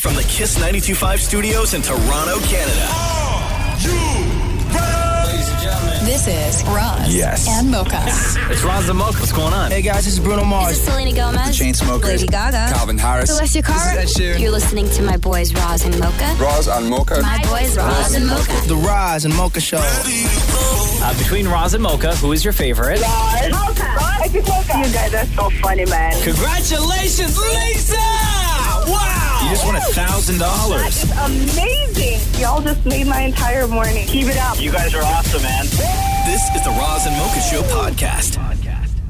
From the Kiss 925 studios in Toronto, Canada. This is Roz Yes. and Mocha. It's Roz the Mocha. What's going on? Hey guys, this is Bruno Mars. This is Selena Gomez. The Chainsmokers. Lady Gaga. Calvin Harris. Celestia Cara. This is Ed Sheeran. You're listening to my boys Roz and Mocha. Roz on Mocha. My boys Roz and Mocha. The Roz and Mocha Show. Uh, between Roz and Mocha, who is your favorite? You guys are so funny, man. Congratulations, Lisa! Wow! You just won a thousand dollars. Amazing. Y'all just made my entire morning. Keep it up. You guys are awesome, man. This is the Roz and Mocha Show podcast.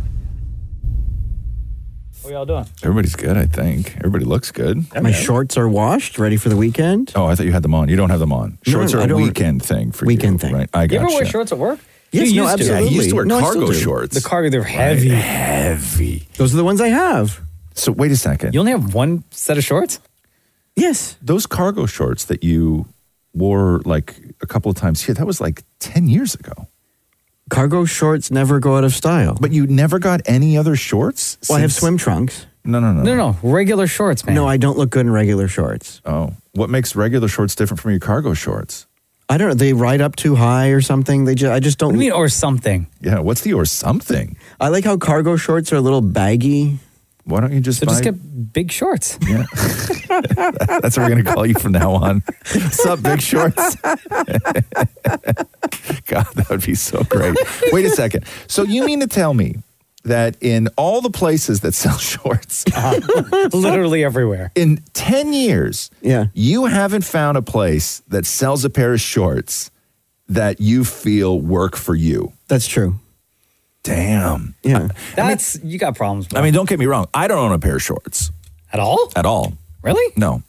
What y'all doing? Everybody's good, I think. Everybody looks good. My shorts are washed, ready for the weekend. Oh, I thought you had them on. You don't have them on. No, Shorts I are a don't- weekend thing for Weekend you, thing. right? I You got ever wear shorts at work? Yes, you no, used to. Yeah, absolutely. he used to wear No, I still cargo do. shorts. The cargo, they're heavy. heavy. Those are the ones I have. So wait a second. You only have one set of shorts? Yes. Those cargo shorts that you wore like a couple of times here, that was like 10 years ago. Cargo shorts never go out of style. But you never got any other shorts? well, I have since- swim trunks. No, no, no. No, no, regular shorts, man. No, I don't look good in regular shorts. Oh. What makes regular shorts different from your cargo shorts? I don't know. They ride up too high or something. They just, I just What don't. do you mean, or something? Yeah, what's the or something? I like how cargo shorts are a little baggy. Why don't you just So buy just get big shorts. That's what we're going to call you from now on. Sup, Big Shorts? God, that would be so great. Wait a second. So you mean to tell me that in all the places that sell shorts, Literally everywhere. in 10 years, Yeah. you haven't found a place that sells a pair of shorts that you feel work for you? That's true. Damn. Yeah. That's, you got problems with I mean, don't get me wrong. I don't own a pair of shorts that. at all? at all. Really? No.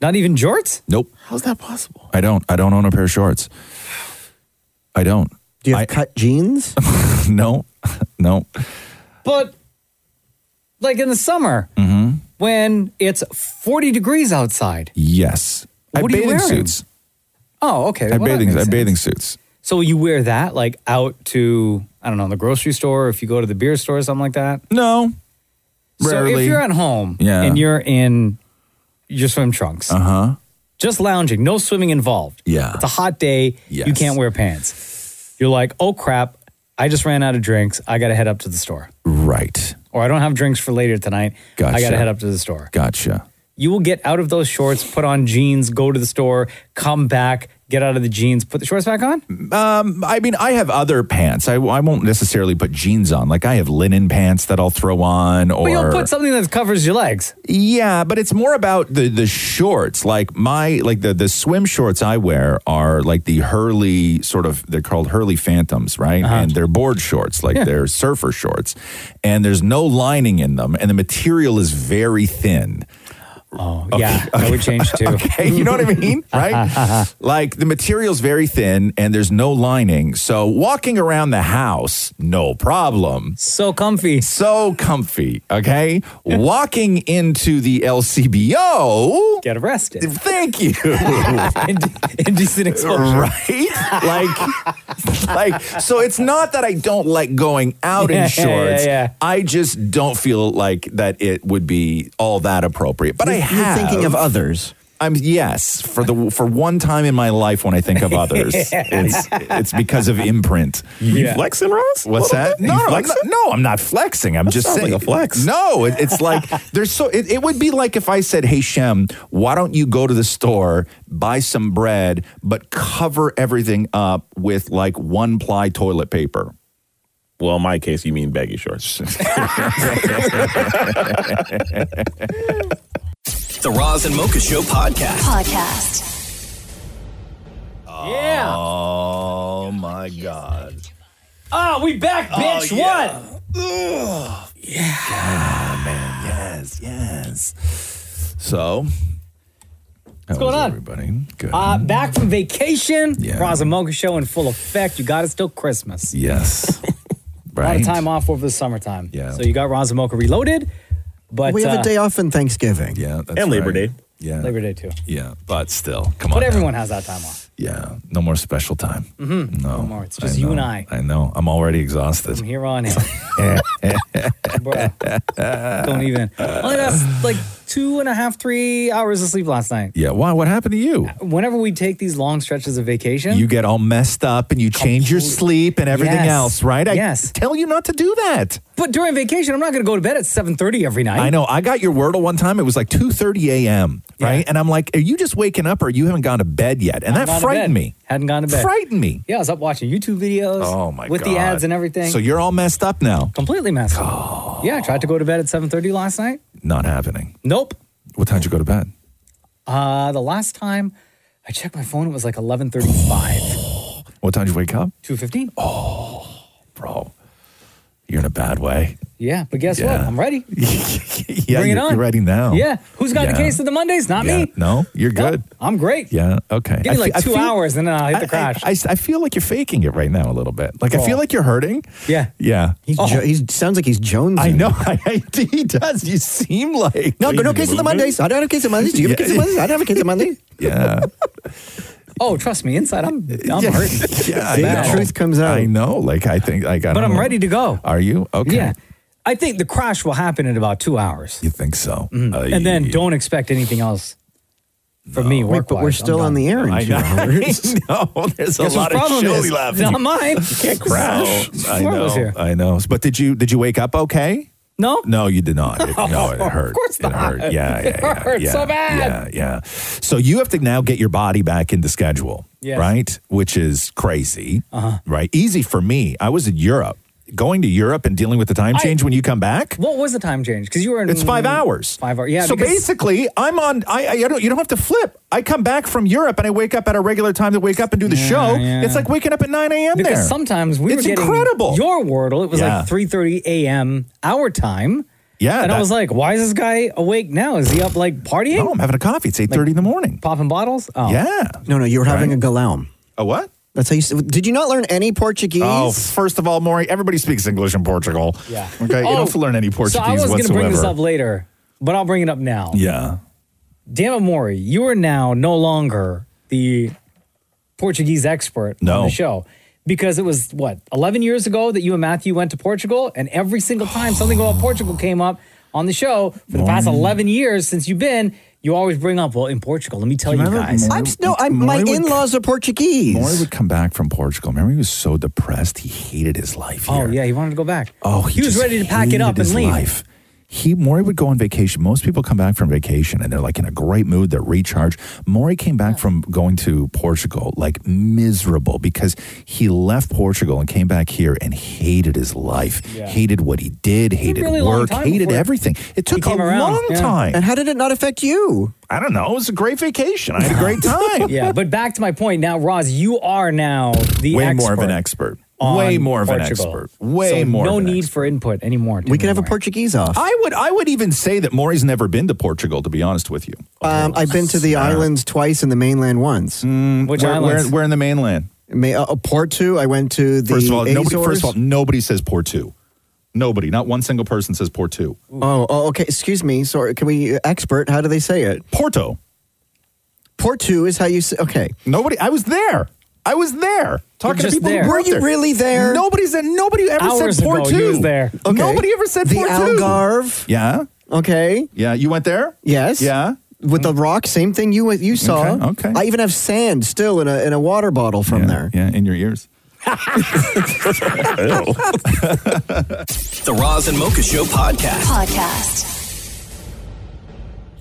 Not even jorts? Nope. How's that possible? I don't. I don't own a pair of shorts. I don't. Do you have I- cut jeans? No, no. But like in the summer, when it's 40 degrees outside. Yes. I What have are you bathing wearing? suits. Oh, okay. I have well, that bathing, I makes have sense. bathing suits. So you wear that like out to, I don't know, the grocery store, if you go to the beer store or something like that. No. So Rarely. if you're at home Yeah. and you're in your swim trunks, Uh Uh-huh. huh. just lounging, no swimming involved. Yeah. It's a hot day. You Yes. can't wear pants. You're like, oh crap, I just ran out of drinks. I got to head up to the store. Right. Or I don't have drinks for later tonight. I got Gotcha. to head up to the store. Gotcha. You will get out of those shorts, put on jeans, go to the store, come back, get out of the jeans, put the shorts back on. Um, I mean, I have other pants. I, I won't necessarily put jeans on. Like I have linen pants that I'll throw on, or But you'll put something that covers your legs. yeah. But it's more about the the shorts. Like my like the the swim shorts I wear are like the Hurley sort of. They're called Hurley Phantoms, right? Uh-huh. And they're board shorts, like they're surfer shorts, and there's no lining in them, and the material is very thin. Oh, yeah. I would change too. Uh-huh, Hey, you know what I mean? Right? like the material's very thin and there's no lining. So walking around the house, no problem. So comfy. So comfy, okay? walking into the LCBO, Get arrested. thank you. Ind- indecent exposure. right? like, like, so it's not that I don't like going out Yeah, yeah, in shorts. yeah. I just don't feel like that it would be all that appropriate. But I You're- have. You're thinking of others. I'm yes for the for one time in my life when I think of others, it's it's because of imprint. Yeah. flexing, Ross? What's that? No, no, I'm not, no, I'm not flexing. I'm just saying a flex. No, it, it's like there's so it, it would be like if I said, "Hey Shem, why don't you go to the store, buy some bread, but cover everything up with like one ply toilet paper." Well, in my case, you mean baggy shorts. The Roz and Mocha Show podcast. Podcast. Yeah. Oh my God! Oh, we back, bitch. What? Yes, yes. So What's going on? Everybody, good. Uh, back from vacation. Yeah. Raza Mocha show in full effect. You got it. Still Christmas. Yes. A lot Right. of time off over the summertime. Yeah. So you got Raza Mocha reloaded, but we have uh, a day off in Thanksgiving. Yeah, that's And Labor right. Day. Yeah, Labor Day too. yeah, but still, come on. but now. everyone has that time off. Yeah, no more special time. Mm-hmm. No, more. It's just you and I I know. I'm already exhausted. from here on in. Don't even. Only that's like two and a half, three hours of sleep last night. Yeah. Why? What happened to you? Whenever we take these long stretches of vacation, You get all messed up and you change your sleep and everything Yes. else, right? I Yes. tell you not to do that. But during vacation, I'm not going to go to bed at 7:30 every night. I know. I got your Wordle one time. It was like 2:30 a.m. Right, and I'm like, "Are you just waking up, or you haven't gone to bed yet?" Hadn't And gone that to frightened bed. me. Hadn't gone to bed. Frightened me. Yeah, I was up watching YouTube videos. Oh my With god! the ads and everything. So you're all messed up now. completely messed up. Yeah, I tried to go to bed at 7:30 last night. Not happening. Nope. What time did you go to bed? Uh, the last time I checked my phone, it was like 11:35, What time did you wake up? 2:15. You're in a bad way. Yeah, but guess Yeah. what? I'm ready. Yeah, Bring it you're, on. you're ready now. Yeah. Who's got the Yeah. case of the Mondays? Not Yeah. me. No, you're good. I'm great. Yeah. Okay. Give me I like fe- I two feel- hours and then I'll hit the crash. I, I feel like you're faking it right now a little bit. Like I Bro. feel like you're hurting. yeah. Yeah. He's jo- he sounds like he's Jones. I know. he does. You seem like no, but no case of the Mondays. I don't have a case of Mondays. Do you have a case of Mondays? I don't have a case of Mondays. Yeah. Oh, trust me, inside I'm I'm yeah. hurting. yeah. Bad. I know. comes I know. Like I think. Like I. But don't I'm know. ready to go. Are you okay? Yeah. I think the crash will happen in about two hours. Mm-hmm. You think so? Aye. and then don't expect anything else from me. Work, but we're still on the air in I two know. I hours. know. There's Guess a lot whose of problem chili is? left. Not mine. You can't crash. So, I four of know. us here. I know. But did you did you wake up okay? No. No, you did not. It, no, Oh, it hurt. Of course it not. Hurt. Yeah, yeah, It yeah, hurt yeah, so bad. Yeah, yeah. So you have to now get your body back into schedule, Yes. right? Which is crazy, uh-huh. right? Easy for me. I was in Europe. Going to Europe and dealing with the time I- change when you come back. What was the time change? Because you were in It's five hours. Five hours. Yeah. So because- basically, I'm on. I, I I don't. You don't have to flip. I come back from Europe and I wake up at a regular time to wake up and do the show. yeah. It's like waking up at nine a.m. because there. sometimes we It's were getting incredible. your wordle. It was Yeah. like three thirty a.m. our time. Yeah, And I that- was like, why is this guy awake now? Is he up like partying, no, I'm having a coffee. It's eight thirty in the morning. popping bottles? Oh, Yeah. No, no, you were having a galaum. A what? That's how you. s- Did you not learn any Portuguese? Oh, first of all, Maury, everybody speaks English in Portugal. Yeah. Okay. you Oh, don't have to learn any Portuguese So I was gonna whatsoever. bring this up later, but I'll bring it up now. yeah. Damn it, Maury, you are now no longer the Portuguese expert No. on the show. Because it was what, 11 years ago that you and Matthew went to Portugal, and every single time something about Portugal came up on the show for the past 11 years since you've been, you always bring up, well, in Portugal, let me tell you, guys. I'm s- no. I'm, my Maury would- in-laws are Maury Portuguese. would come back from Portugal. Remember, he was so depressed. He hated his life here. Oh, yeah, he wanted to go back. Oh, he, he was just ready to pack it hated up and his leave. Life. He Maury would go on vacation. Most people come back from vacation and they're like in a great mood. They're recharged. Maury came back from going to Portugal like miserable because he left Portugal and came back here and hated his life, Yeah. hated what he did, hated really long work, time hated before everything. It took a came around, long yeah. And time. how did it not affect you? I don't know. It was a great vacation. I had a great time. yeah, but back to my point now, Roz, you are now the Way expert more of an expert. on Way more of an Portugal. expert. Way So more. No of an need expert. for input anymore. We could have a Portuguese. Portuguese off. I would. I would even say that Maury's never been to Portugal. To be honest with you. Um, I've been to the islands twice and the mainland once. Which Mm, Where, where, islands? where in the mainland? May, uh, uh, Porto, I went to the First of all, nobody. Azores. First of all, nobody says Porto. Nobody, not one single person says Porto. oh, oh, okay. Excuse me. Sorry. Can we uh, expert? How do they say it? Porto. Porto is how you say. Okay. Nobody. I was there. I was there talking to just people. who there. grew Were up you there. really there? Nobody said. Nobody ever Hours said ago, Porto. you was there. Okay. Nobody ever said the Porto. Algarve. Yeah. Okay. Yeah. You went there. Yes. Yeah. With the rock, same thing you you saw. Okay, okay. I even have sand still in a in a water bottle from yeah. there. Yeah. In your ears. The Roz and Mocha Show podcast. Podcast.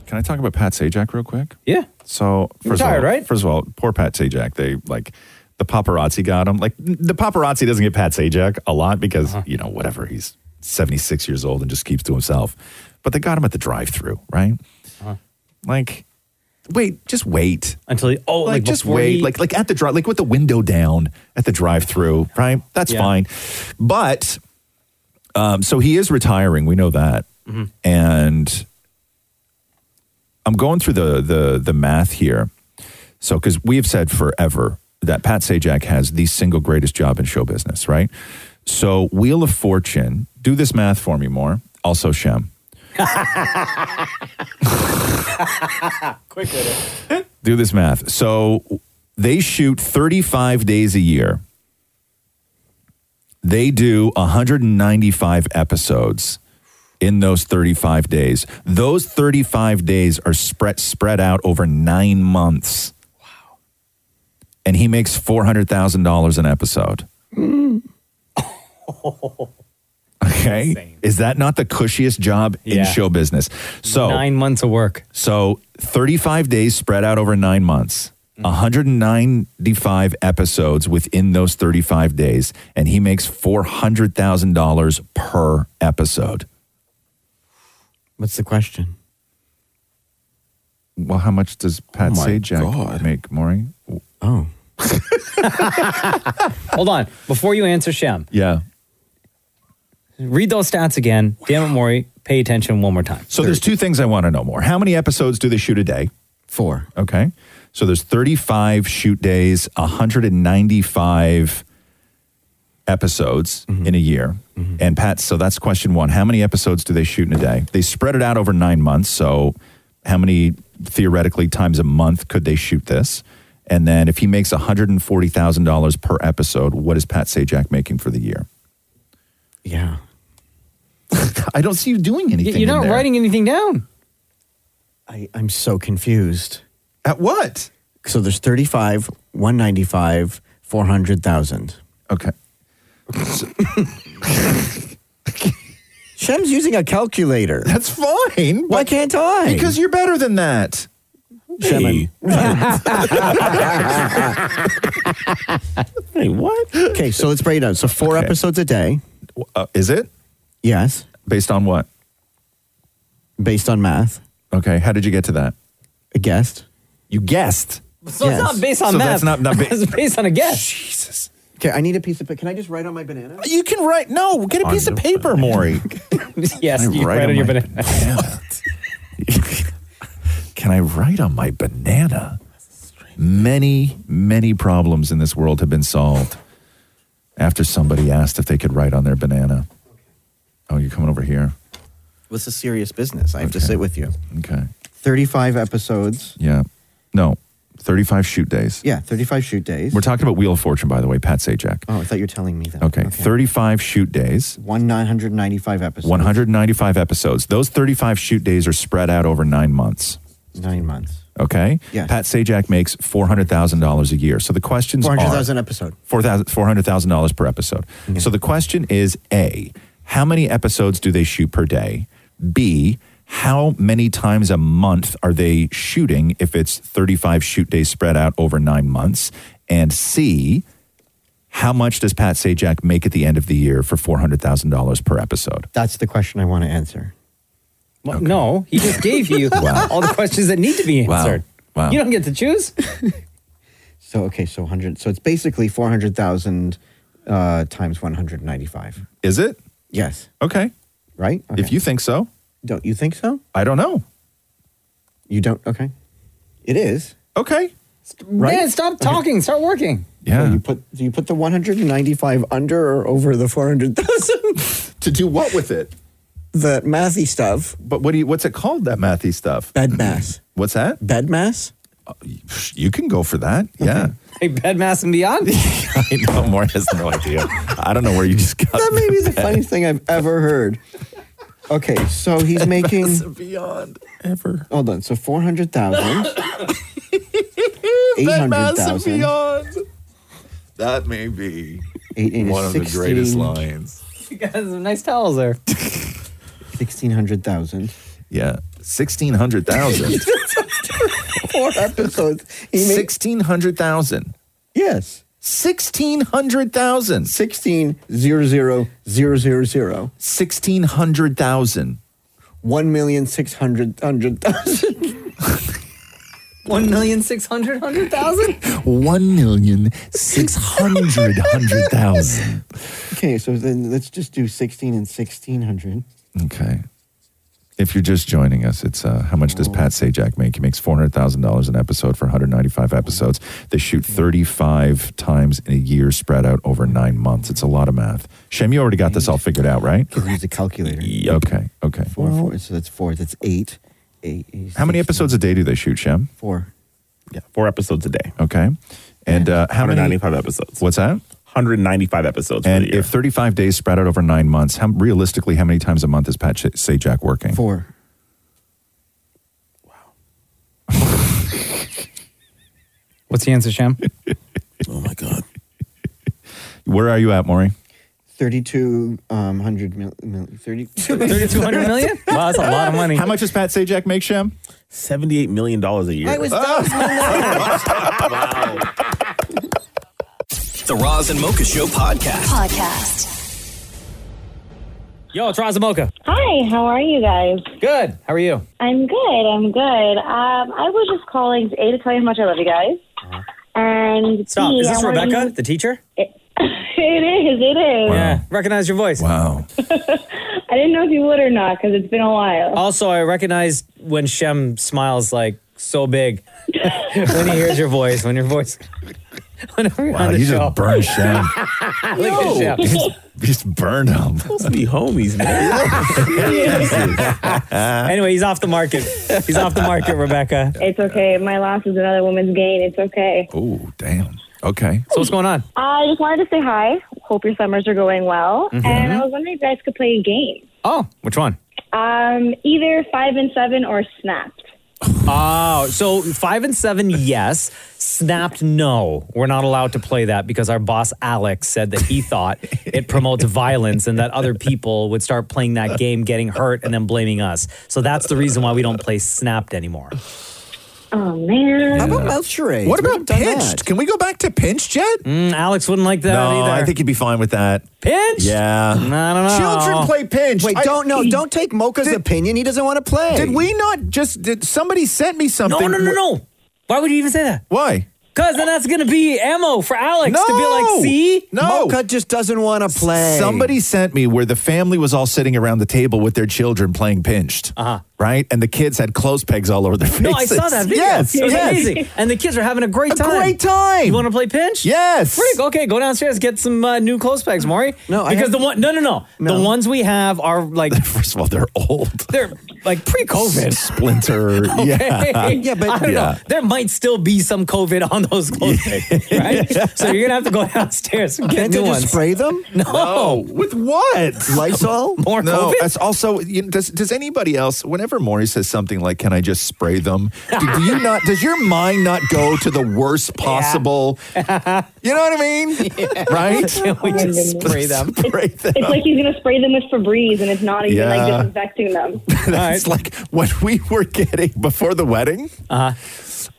Can I talk about Pat Sajak real quick? yeah. So You're first tired, of all, right? First of all, poor Pat Sajak. They like the paparazzi got him. Like the paparazzi doesn't get Pat Sajak a lot because Uh-huh. you know whatever he's seventy six years old and just keeps to himself. But they got him at the drive through, right? Like, wait, just wait. Uh-huh. Until he, oh, Like, like, just before wait, he- like like at the drive, like with the window down at the drive-through, right? That's Yeah. fine. But Mm-hmm. um, so he is retiring. We know that, and I'm going through the the the math here. So because we have said forever that Pat Sajak has the single greatest job in show business, right? So Wheel of Fortune, do this math for me more. Also Shem. Quick with it. Do this math. So they shoot 35 days a year. They do 195 episodes in those 35 days. Those 35 days are spread spread out over 9 months. Wow. And he makes $400,000 an episode. Okay. Is that not the cushiest job Yeah. in show business? So Nine months of work. So 35 days spread out over nine months, Mm-hmm. 195 episodes within those 35 days, and he makes $400,000 per episode. What's the question? Well, how much does Pat Oh my Sajak God. make, Maury? Oh. Hold on. Before you answer Shem, Yeah. read those stats again. Damn it, Maury. Pay attention one more time. So there's two things I want to know more. How many episodes do they shoot a day? Four. Okay. So there's 35 shoot days, 195 episodes in a year. And Pat, so that's question one. How many episodes do they shoot in a day? They spread it out over nine months. So how many theoretically times a month could they shoot this? And then if he makes $140,000 per episode, what is Pat Sajak making for the year? Yeah. I don't see you doing anything. You're in not there. writing anything down. I, I'm so confused. At what? So there's 35, 195, 400,000. Okay. Shem's using a calculator. That's fine. Why can't I? Because you're better than that. Shem, I'm- Hey, what? Okay, so let's break it down. So four Okay. episodes a day. Uh, is it? Yes, Based on what? based on math. Okay. How did you get to that? A guest. You guessed. So Yes. it's not based on So math. that's not- not ba- it's based on a guess. Jesus. Okay, I need a piece of. pa- Can I just write on my banana? You can write. No, get a piece of paper, Maury. yes, I you write write on on your my- banana. Can I write on my banana? Many, many problems in this world have been solved after somebody asked if they could write on their banana. Oh, you're coming over here. This is serious business. I have to Okay. sit with you. Okay. Thirty-five episodes. Yeah. No, 35 shoot days. Yeah, thirty-five shoot days. We're talking about Wheel of Fortune, by the way, Pat Sajak. oh, I thought you were telling me that. Okay. 35 shoot days. One nine hundred ninety-five episodes. 195 episodes. Those 35 shoot days are spread out over nine months. Nine months. Okay. Yes. Pat Sajak makes four hundred thousand dollars a year. So the questions Four hundred are thousand episode. four thousand four hundred thousand dollars per episode. Mm-hmm. So the question is: A, how many episodes do they shoot per day? B, how many times a month are they shooting if it's thirty-five shoot days spread out over nine months? And C, how much does Pat Sajak make at the end of the year for four hundred thousand dollars per episode? That's the question I want to answer. Well, No, he just gave you all the questions that need to be Wow. answered. Wow. You don't get to choose. So okay, so hundred. So it's basically four hundred thousand uh, times one hundred ninety-five. Is it Yes, okay? right. If you think so, don't, you think so? I don't know. You don't. Okay. It is. Okay. Right? Man, stop talking. Start working. Yeah. So you put do you put the 195 under or over the 400,000? to do what with it? the mathy stuff. But what do you? What's it called? That mathy stuff. Bed mass. What's that? Uh, Bed mass? You can go for that. Yeah. Hey, Bedmass and Beyond. I know. More has no idea. I don't know where you just got That may be the funniest thing I've ever heard. Okay, so he's making beyond ever. hold on, so 400,000. 800,000. beyond. That may be Eight- eight is 16 lines. You guys have nice towels there. 1,600,000. Yeah. Sixteen hundred thousand. Four episodes. He made, Sixteen hundred thousand. yes. Sixteen hundred thousand. 16 0 0 0 0 0. Sixteen hundred thousand. 1,600,000. One million six hundred hundred thousand. One million six hundred hundred thousand. Okay, so then let's just do 16 and 1600. Okay. If you're just joining us, it's uh, how much does Pat Sajak make? He makes four hundred thousand dollars an episode for 195 episodes. They shoot 35 times in a year, spread out over nine months. It's a lot of math. Shem, you already got this all figured out, right? Use a calculator. Okay, okay. Four, four. So that's four. That's eight. Eight. eight How many episodes a day do they shoot, Shem? Four. Yeah, four episodes a day. Okay, and uh, how many? 195 episodes. What's that? 195 episodes. And if 35 days spread out over nine months, how, realistically, how many times a month is Pat Sh- Sajak working? Four. What's the answer, Sham? oh my God. Where are you at, Maury? 32 um, hundred mil, mil, 30, 3,200 million? Wow, that's a lot of money. How much does Pat Sajak make, Ah. Shem? $78 million a year. The Roz and Mocha Show podcast. Podcast. Yo, it's Razamoka. Hi, how are you guys? Good. How are you? I'm good. I'm good. Um, I was just calling A to tell you how much I love you guys. And Stop. B, Is this I wanted Rebecca, to- the teacher? It is. It is. Yeah. Recognize your voice. Wow. I didn't know if you would or not because it's been a while. Also, I recognize when Shem smiles like so big when he hears your voice. When your voice. Whenever Wow, you just burned Shem. Look at Shem. You just burned him. Supposed to be homies, man. anyway, he's off the market. He's off the market, Rebecca. It's okay. My loss is another woman's gain. It's okay. Oh, damn. Okay. So what's going on? I just wanted to say hi. Hope your summers are going well. Mhm. And I was wondering if you guys could play a game. Oh, which one? Um, either five and seven or snapped. Oh, so five and seven, yes. Snapped, no. We're not allowed to play that because our boss Alex said that he thought it promotes violence and that other people would start playing that game, getting hurt, and then blaming us. So that's the reason why we don't play snapped anymore. Oh man. How about mouth charades? What about pinched? Can we go back to pinched yet? Mm, Alex wouldn't like that no, either. I think you'd be fine with that. Pinched? Yeah. I don't know. Children play pinch. Wait, don't no, don't take Mocha's opinion. He doesn't want to play. Did we not just? Did somebody sent me something? no, no, no. Why would you even say that? Why? Because then that's going to be ammo for Alex to be like, see? Mocha just doesn't want to play. Somebody sent me where the family was all sitting around the table with their children playing pinched. Uh-huh. Right? And the kids had clothes pegs all over their faces. No, I saw that video. Yes. it was yes. amazing. And the kids are having a great time. great time. You want to play pinch? Yes. Freak. Okay, go downstairs get some uh, new clothes pegs, Maury. No, I because have- the one. No, no, no, The ones we have are like. First of all, they're old. They're like pre-COVID. Splinter. Yeah. Okay? I don't know. There might still be some COVID on those clothes pegs, right? So you're gonna have to go downstairs and get Can't new they just ones. spray them? No. With what? Lysol? More no, COVID? that's also. You know, does does anybody else? Whenever Maury says something like, "Can I just spray them?" do, do you not? Does your mind not go to the worst possible? You know what I mean? Right? Can we just spray them? Spray them. It's like he's gonna spray them with Febreze, and it's not even Yeah. like disinfecting them. That's like what we were getting before the wedding. Uh-huh.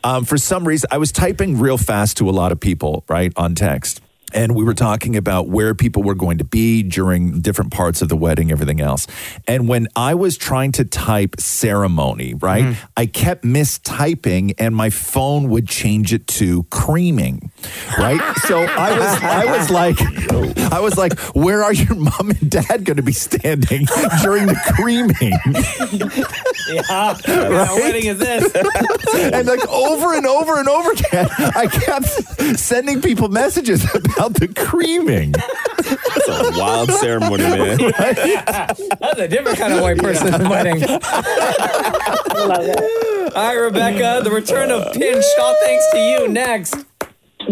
Um, for some reason, I was typing real fast to a lot of people, right, on text. And we were talking about where people were going to be during different parts of the wedding, everything else. And when I was trying to type ceremony, right, I kept mistyping and my phone would change it to creaming, right? so I was, I was like, I was like, where are your mom and dad going to be standing during the creaming? Yeah. What kind of wedding is this? and like over and over and over again, I kept sending people messages about the creaming. That's a wild ceremony, man. That's a different kind of white person at the wedding. I love it. All right, Rebecca, the return of Pinch. All thanks to you. Next.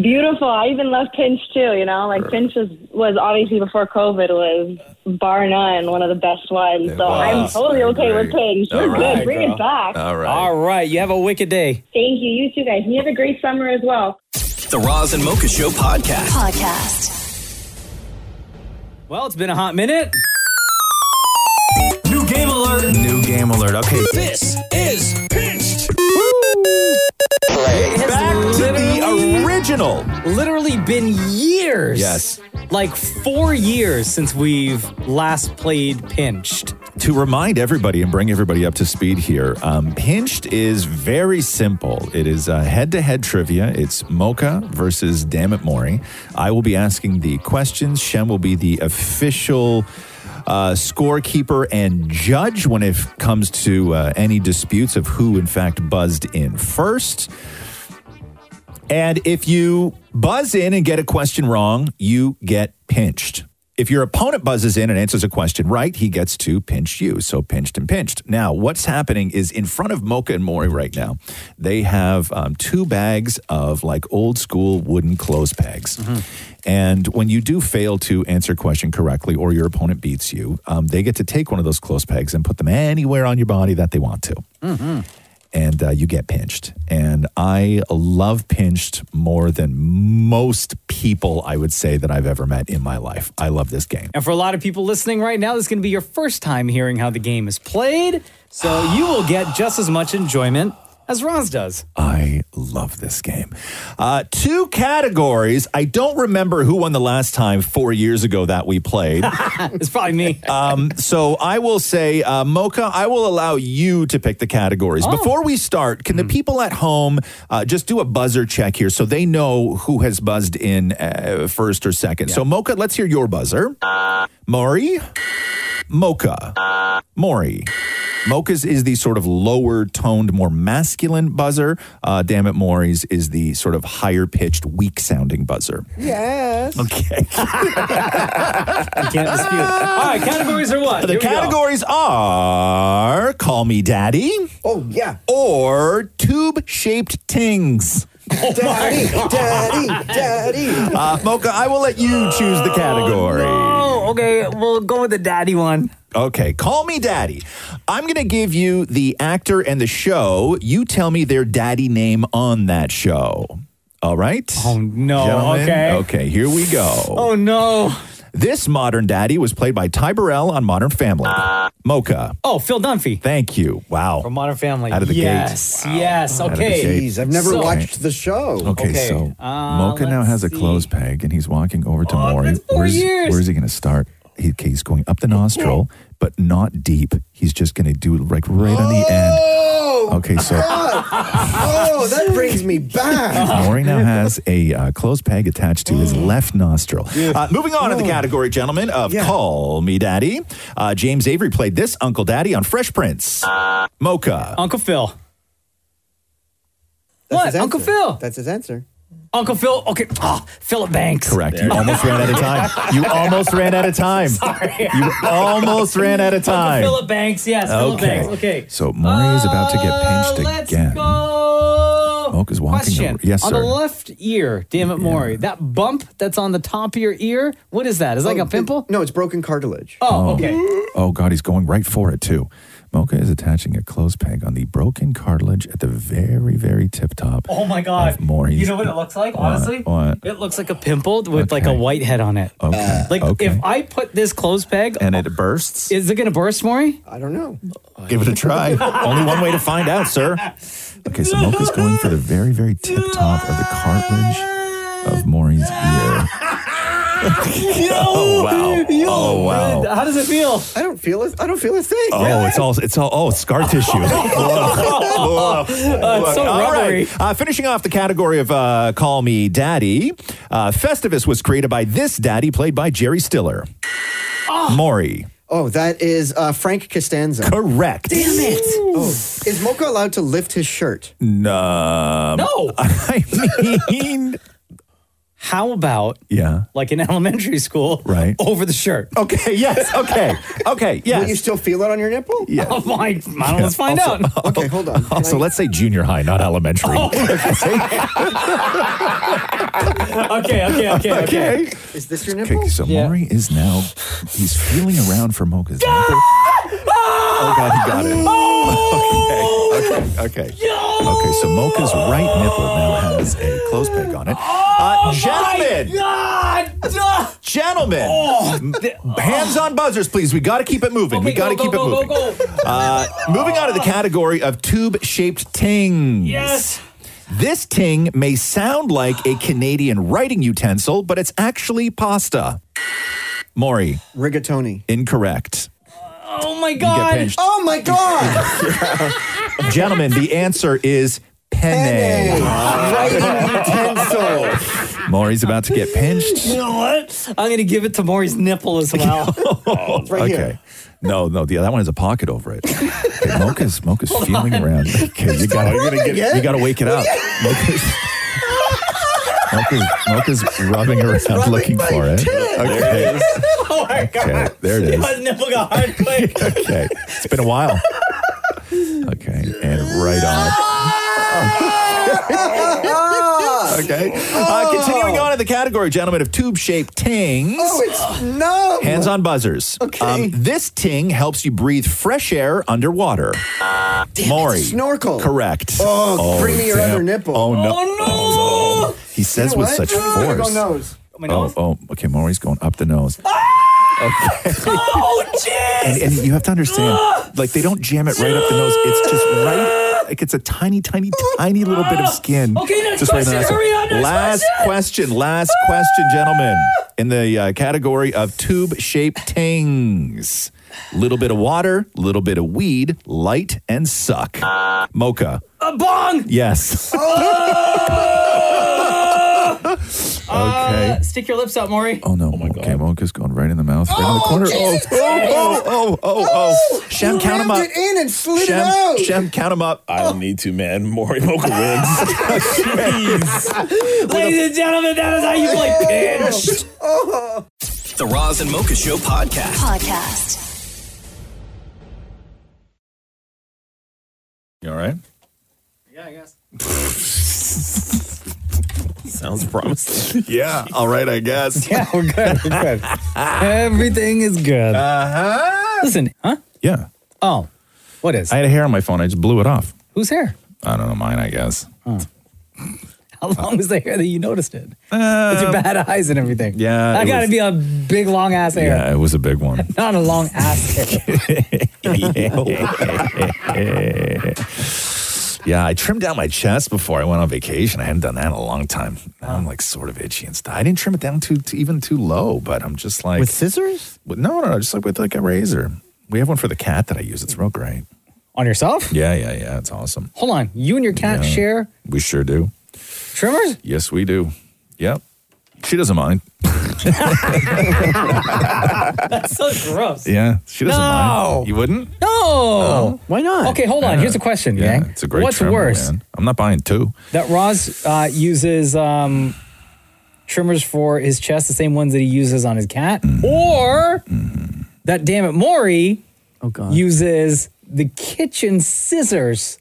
Beautiful. I even love Pinch too. You know, like Pinch was, was obviously before COVID was bar none one of the best ones. So I'm was. totally okay with Pinch. All You're right, good. Bring girl. it back. All All right, you have a wicked day. Thank you. You too, guys. You have a great summer as well. The Roz and Mocha Show podcast. Podcast. Well, it's been a hot minute. New game alert. New game alert. Okay. This is pinched. Back to the original. Literally been years. Yes. Like four years since we've last played Pinched. To remind everybody and bring everybody up to speed here, um, Pinched is very simple. It is uh, head-to-head trivia. It's Mocha versus Dammit Mori. I will be asking the questions. Shem will be the official uh, scorekeeper and judge when it comes to uh, any disputes of who, in fact, buzzed in first. And if you buzz in and get a question wrong, you get pinched. If your opponent buzzes in and answers a question right, he gets to pinch you. So pinched and pinched. Now, what's happening is in front of Mocha and Maury right now, they have um, two bags of like old school wooden clothes pegs. And when you do fail to answer a question correctly or your opponent beats you, um, they get to take one of those clothes pegs and put them anywhere on your body that they want to Mm-hmm. and uh, you get pinched. And I love pinched more than most people I would say that I've ever met in my life. I love this game. And for a lot of people listening right now, this is going to be your first time hearing how the game is played. So you will get just as much enjoyment as Roz does. I love this game. Uh, two categories. I don't remember who won the last time four years ago that we played. it's probably me. Um, so I will say, uh, Mocha, I will allow you to pick the categories. Oh. Before we start, can the Hmm. people at home uh, just do a buzzer check here so they know who has buzzed in uh, first or second? So, Mocha, let's hear your buzzer. Maury, Mocha, Maury. Mocha's is the sort of lower toned, more masculine buzzer. Uh, Damn it, Maury's is the sort of higher pitched, weak sounding buzzer. Yes. Okay. I can't dispute. All right, categories are what? Uh, The Here we go. categories are Call Me Daddy. Oh, yeah. Or Tube Shaped Tings. Daddy, daddy, daddy. Uh, Mocha, I will let you choose the category. Oh, okay. We'll go with the daddy one. Okay, Call Me Daddy. I'm going to give you the actor and the show. You tell me their daddy name on that show. All right? Oh, no. Okay. Okay, here we go. Oh, no. This modern daddy was played by Ty Burrell on Modern Family. Mocha. Oh, Phil Dunphy. Thank you. Wow. From Modern Family. Out of the gate. yes, gate. Yes, Out of the Okay. gate. Jeez, I've never watched the show. Oh, Okay, so Uh, Mocha now has a clothes peg and he's walking over to Maury. Oh, four Where's, years. where's he going to start? He, okay, he's going up the nostril, but not deep. He's just going to do like right on Oh. the end. Okay, so oh, that brings me back. Maury now has a uh, clothes peg attached to his left nostril. Uh, moving on to Oh. the category, gentlemen, of Call Me Daddy. Uh, James Avery played this Uncle Daddy on Fresh Prince. Mocha. Uncle Phil. That's what? Uncle Phil. That's his answer. Uncle Phil. Okay. Oh, Philip Banks. Correct. You almost ran out of time. You almost ran out of time. Sorry. You almost ran out of Uncle time. Philip Banks. Yes. Philip Okay. Banks. Okay. Uh, So Maury is about to get pinched again. Go. Mocha's walking Question. over- Yes, on sir. the left ear, damn it, Maury, that bump that's on the top of your ear, what is that? Is that like a pimple? Oh, no, it's broken cartilage. Oh, okay. Oh God, he's going right for it too. Mocha is attaching a clothes peg on the broken cartilage at the very, very tip top. Oh my God. Maury's- You know what it looks like, What? honestly? What? It looks like a pimple with like a white head on it. Okay. Like if I put this clothes peg And it bursts. Is it going to burst, Maury? I don't know. Give it a try. Only one way to find out, sir. Okay, so Mocha's going for the very, very tip top of the cartilage of Maury's ear. oh wow! oh wow! How does it feel? I don't feel a, I don't feel a thing. Oh, it's all it's all oh, it's scar tissue. Oh, it's so All rubbery. right. Uh, finishing off the category of uh, "Call Me Daddy," uh, Festivus was created by this daddy, played by Jerry Stiller. Maury, Oh, that is uh, Frank Costanza. Correct. Damn it. Oh. Is Mocha allowed to lift his shirt? no, No. I mean, How about yeah, like in elementary school, right. over the shirt? Okay, yes, okay, okay, Will you yes. still feel it on your nipple? Yeah. Oh my! I don't know, Yeah. Let's find Also- out. Oh. Okay, hold on. Can Also, I- let's say junior high, not elementary. Okay, okay, okay, okay. okay. is this your Okay, nipple? so Maury is now he's feeling around for Mocha's nipple. Ah! Oh god, he got Oh! it. Okay, okay, okay. Okay, so Mocha's right nipple now has a clothes peg on it. Uh, gentlemen, Oh God! Oh! gentlemen, hands on buzzers, please. We got to keep it moving. we got to keep it moving. Go, go, go. Uh, moving on to the category of tube-shaped tings. Yes. This ting may sound like a Canadian writing utensil, but it's actually pasta. Maury, Rigatoni. incorrect. Oh my You get God! pinched. Oh my god! Gentlemen, the answer is penne. Writing utensil. Maury's about to get pinched. You know what? I'm going to give it to Maury's nipple as well. Oh, okay. No, no, the, that one has a pocket over it. Okay, Mocha's, Mocha's Hold feeling on. around. Okay, you It's got not rubbing to yet. you got to wake it up. Mocha's, Mocha's, Mocha's rubbing around looking for it. Okay. oh my Okay, god! there it is. My nipple got hard quick. Okay. It's been a while. Okay, and right on. Okay. Uh, continuing on in the category, gentlemen, of tube shaped tings. Oh, it's no. Hands on buzzers. Okay. this ting helps you breathe fresh air underwater. Maury. snorkel. Correct. Oh, bring me your damn. other nipple. Oh, no. Oh, no. Oh, no. He says You know with what? such I'm gonna go force. nose. Ah! Oh, oh, okay. Maury's going up the nose. oh, jeez. And, and you have to understand, like, they don't jam it right up the nose. It's just right, like, it's a tiny, tiny, tiny little bit of skin. Okay, next just in the question. nostril. Hurry on, next Last question. Last question, gentlemen. In the uh, category of tube shaped tings little bit of water, little bit of weed, light and suck. Mocha. A bong. Yes. Uh, stick your lips out, Maury. Oh no. Okay, Mocha's going right in the mouth, right in the corner. Oh, oh, oh, oh, oh. Shem, count them up. in and slid Shem, Shem, count them up. I don't need to, man. Maury Mocha wins. Ladies and gentlemen, that is how you play pinch. Oh. The Roz and Mocha Show podcast. Podcast. You all right? Yeah, I guess. Sounds promising. yeah. All right, I guess. Yeah, we're good. We're good. Everything is good. Uh-huh. Listen, huh? Yeah. Oh, what is? I had a hair on my phone. I just blew it off. Whose hair? I don't know, mine, I guess. Oh, How long was the hair that you noticed it? With your bad eyes and everything. Um, Yeah. I it got to was- be a big long ass hair, Yeah, it was a big one. not a long ass hair. yeah, I trimmed down my chest before I went on vacation. I hadn't done that in a long time. Now I'm like sort of itchy and stuff. I didn't trim it down too, too even too low, but I'm just like with scissors. no, no, no, just like with like a razor. We have one for the cat that I use. It's real great. On yourself? Yeah, yeah, yeah. It's awesome. Hold on, you and your cat Yeah. share We sure do. trimmers? Yes, we do. Yep. She doesn't mind. That's so gross. Yeah, she doesn't No. mind. You wouldn't? No. No. Why not? Oh. Okay, hold on. Here's a question, Yeah, gang. it's a great. What's trimmer, worse? man. I'm not buying two. That Roz uh, uses um, trimmers for his chest, the same ones that he uses on his cat, Mm-hmm. or that damn it, Maury Oh, uses the kitchen scissors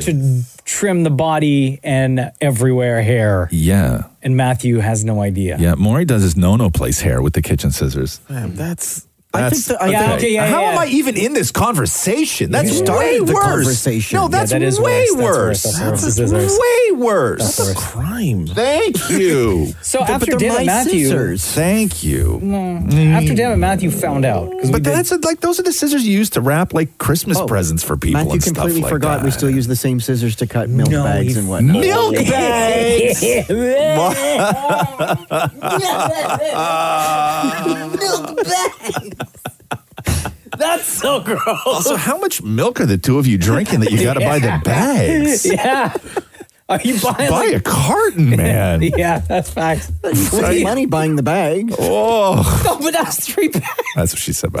to trim the body and everywhere hair. Yeah. And Matthew has no idea. Yeah, Maury does his no-no place hair with the kitchen scissors. that's. I think that- I Yeah, think- okay, yeah, How yeah, am yeah. I even in this conversation? That's You way started the worse. conversation. No, Yeah, that's that is way worse. worse. That's worse. That's worse. That's That's worse. way worse. That's a crime. Thank you. So after Dan and Matthew, Thank you. after Dan and Matthew found out, But that's like those are the scissors you use to wrap like Christmas presents for people Oh. Matthew and stuff completely like forgot that. we still use the same scissors to cut milk No, bags he- and whatnot. Milk bags! That's so gross. Also, Oh, how much milk are the two of you drinking that you got to buy the bags? Yeah. Are you buying Buy like- a carton, man. yeah, that's facts. You spent money buying the bag. Oh, No, but that's three packs. that's what she said, by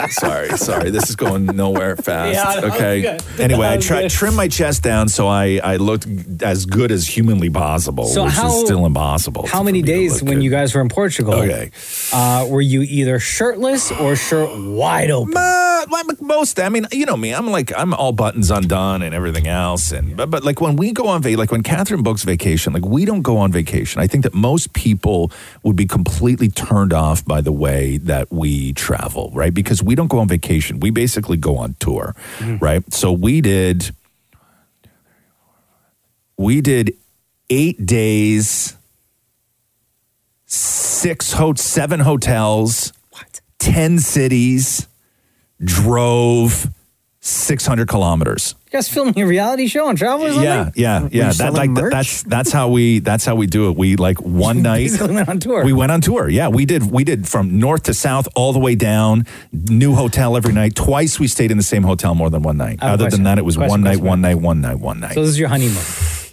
way. sorry, sorry. This is going nowhere fast. Yeah, that was okay. good. Anyway, That I was tried good. trim my chest down so I, I looked as good as humanly possible, So which how- is still impossible. How many days when you guys were in Portugal? Okay. Uh, were you either shirtless or shirt wide open? Uh, like most, I mean, you know me. I'm like, I'm all buttons undone and everything else. And but, but like when we go on vacation, like when Catherine books vacation, like we don't go on vacation. I think that most people would be completely turned off by the way that we travel, right? Because we don't go on vacation. We basically go on tour, right? So we did, we did eight days, six ho- seven hotels, what? ten cities drove 600 kilometers. You guys filming a reality show on travel or something? Yeah, yeah, yeah. That like th- that's that's how we that's how we do it. We like one night basically went on tour. We went on tour. Yeah, we did we did from north to south all the way down, new hotel every night. Twice we stayed in the same hotel more than one night. I have a Other question. than that it was Question, one night, question. one night, one night, one night. So this is your honeymoon.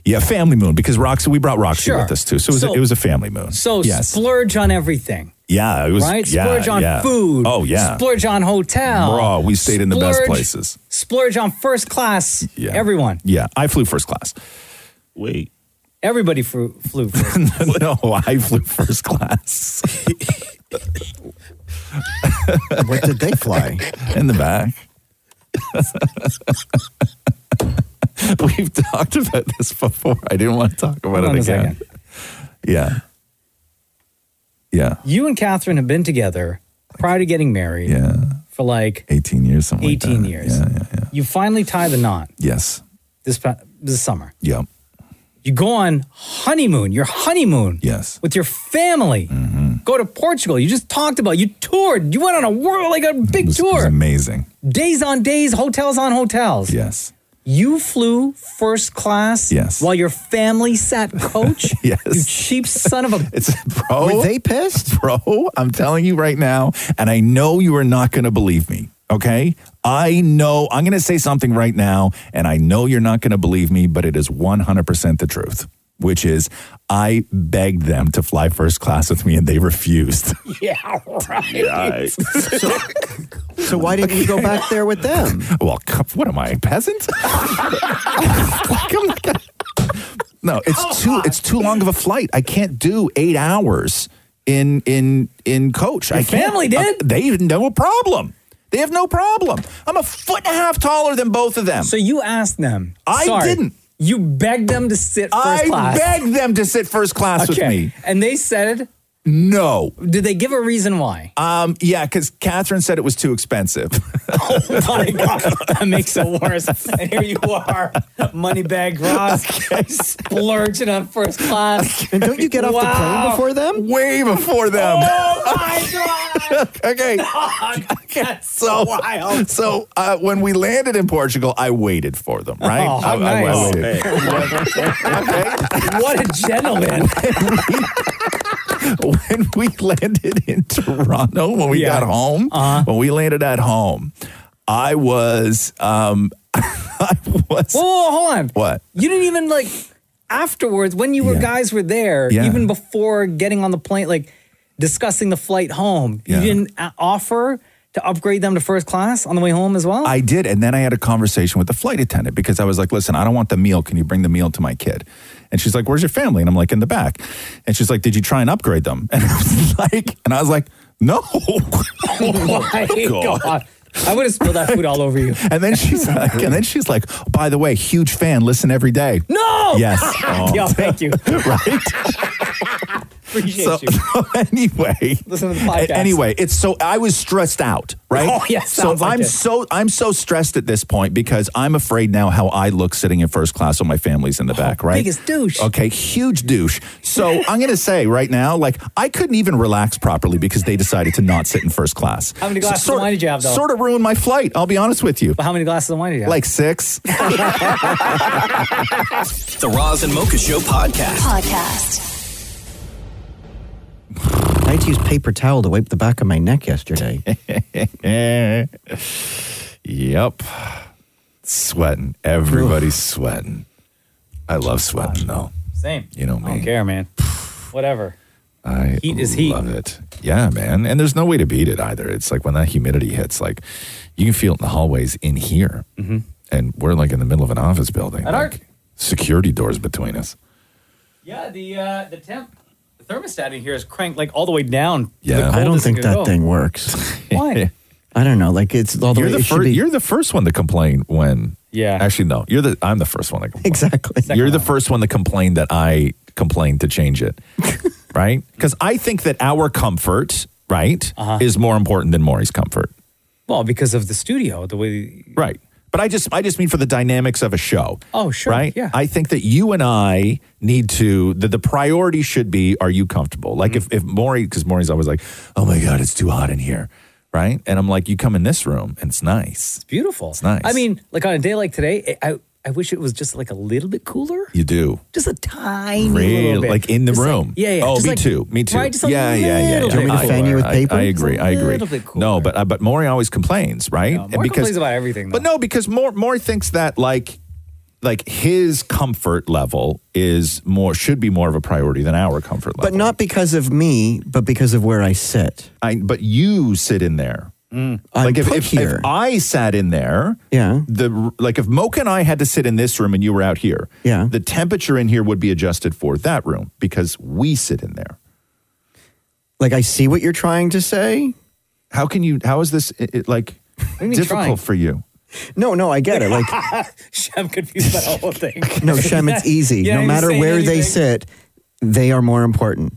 Yeah, family moon because Roxy. We brought Roxy Sure. with us too, so it was, So- a, it was a family moon. So yes, splurge on everything. yeah, it was right? Yeah, splurge on yeah. food. Oh yeah, Splurge on hotel. Bro, we stayed in the best Splurge- places. Splurge on first class. Everyone. Yeah, I flew first class. Wait. Everybody flew, flew first class. no, I flew first class. what did they fly? In the back. We've talked about this before. I didn't want to talk about Hold on it a again. Yeah. Yeah. You and Catherine have been together prior to getting married. Yeah. For like 18 years, something like 18 years. Yeah, yeah, yeah. You finally tie the knot Yes. this, pa- this summer. Yeah. You go on honeymoon, your honeymoon. Yes. Mm-hmm. With your family. Go to Portugal. You just talked about. You toured. You went on a world like a big tour. amazing. Days on days, hotels on hotels. Yes. You flew first class. Yes. While your family sat coach. Yes. You cheap son of a. It's bro. Were they pissed? Bro, I'm telling you right now, and I know you are not going to believe me. Okay. I know I'm going to say something right now, and I know you're not going to believe me, but it is 100% the truth, which is I begged them to fly first class with me, and they refused. Yeah, right. so, so why didn't you go back there with them? well, c- what am I, a peasant? Like, I'm not gonna- no, it's Oh too it's too long of a flight. I can't do eight hours in in in coach. Your I can't, family did? Uh, they have no problem. They have no problem. I'm a foot and a half taller than both of them. So you asked them. I Sorry. didn't. You begged them to sit first I class. begged them to sit first class with Okay. me. And they said No. Did they give a reason why? Um, yeah, because Catherine said it was too expensive. Oh my god, that makes it worse. And here you are, moneybag Ross, splurging on first class. And don't you get off the plane before them? Way before them. Oh my god! okay. that's so wild. So uh, when we landed in Portugal, I waited for them. Right? Oh, I, I- I nice. waited. What a gentleman! Oh, when we landed in Toronto, when we got home, Uh-huh. when we landed at home, I was, um, I was. Whoa, whoa, hold on. What? You didn't even like afterwards when you were guys were there, Yeah. even before getting on the plane, like discussing the flight home. You didn't uh, offer to upgrade them to first class on the way home as well. I did. And then I had a conversation with the flight attendant because I was like, listen, I don't want the meal. Can you bring the meal to my kid? And she's like, where's your family? And I'm like, in the back. And she's like, did you try and upgrade them? And I was like, and I was like, no. Oh my God. God. I would have spilled that food all over you. And then she's like, and then she's like, by the way, huge fan, listen every day. No. Yes. Oh. Yeah, thank you. right. Appreciate so, you. anyway, Listen to the podcast. a- Anyway, it's so I was stressed out, right? Oh, yeah, So sounds like I'm it. so I'm so stressed at this point because I'm afraid now how I look sitting in first class when my family's in the back, right? Oh, biggest douche. Okay, huge douche. So I'm gonna say right now, like I couldn't even relax properly because they decided to not sit in first class. How many glasses of wine did you have, though? Sort of ruined my flight. I'll be honest with you. But how many glasses of wine did you have? Like six. The Roz and Mocha Show podcast. Podcast. I had to use paper towel to wipe the back of my neck yesterday. Eh. yep. Sweating. Everybody's sweating. I love sweating though. Same. You know I me. don't care, man. Whatever. I Heat is heat. Love it. Yeah, man. And there's no way to beat it either. It's like when that humidity hits, like you can feel it in the hallways in here, Mm-hmm. and we're like in the middle of an office building. At like, Arc. Security doors between us. Yeah, the uh, the temp the thermostat in here is cranked like all the way down. Yeah. I don't think that thing works. Why? I don't know. Like it's all the You're way the it should first. be- You're the first one to complain when. Yeah. Actually, no. You're the. I'm the first one to complain. Exactly. you're the first one to complain that I complained to change it, right? Because I think that our comfort, right, Uh-huh. is more important than Maury's comfort. Well, because of the studio, the way. Right. But I just I just mean for the dynamics of a show. Oh, sure. Right? Yeah. I think that you and I need to the, the priority should be are you comfortable? Like Mm-hmm. if if Maury because Maury's always like, Oh my god, it's too hot in here. Right? And I'm like, you come in this room and it's nice. It's beautiful. It's nice. I mean, like on a day like today, I I- I wish it was just like a little bit cooler, you do. just a tiny Real, little bit, like in the Just room. yeah, yeah. Oh, Just me like- too. Me too. Right, just a yeah, yeah, yeah, yeah. little bit I- cooler. I- I, agree. I agree. Little bit No, but uh, but Maury always complains, right? Maury complains about everything, But no, because Maury, Maury thinks that like like his comfort level is more should be more of a priority than our comfort level. But not because of me, but because of where I sit. I but you sit in there. I'm like if, put if, here. if I sat in there, yeah. The like if Mocha and I had to sit in this room and you were out here, yeah. The temperature in here would be adjusted for that room because we sit in there. Like I see what you're trying to say. How can you? How is this it, like mean difficult trying? for you? No, no, I get it. Like I'm confused by the whole thing. no, Shem, it's easy. Yeah, no you're matter saying where they anything. sit, they are more important.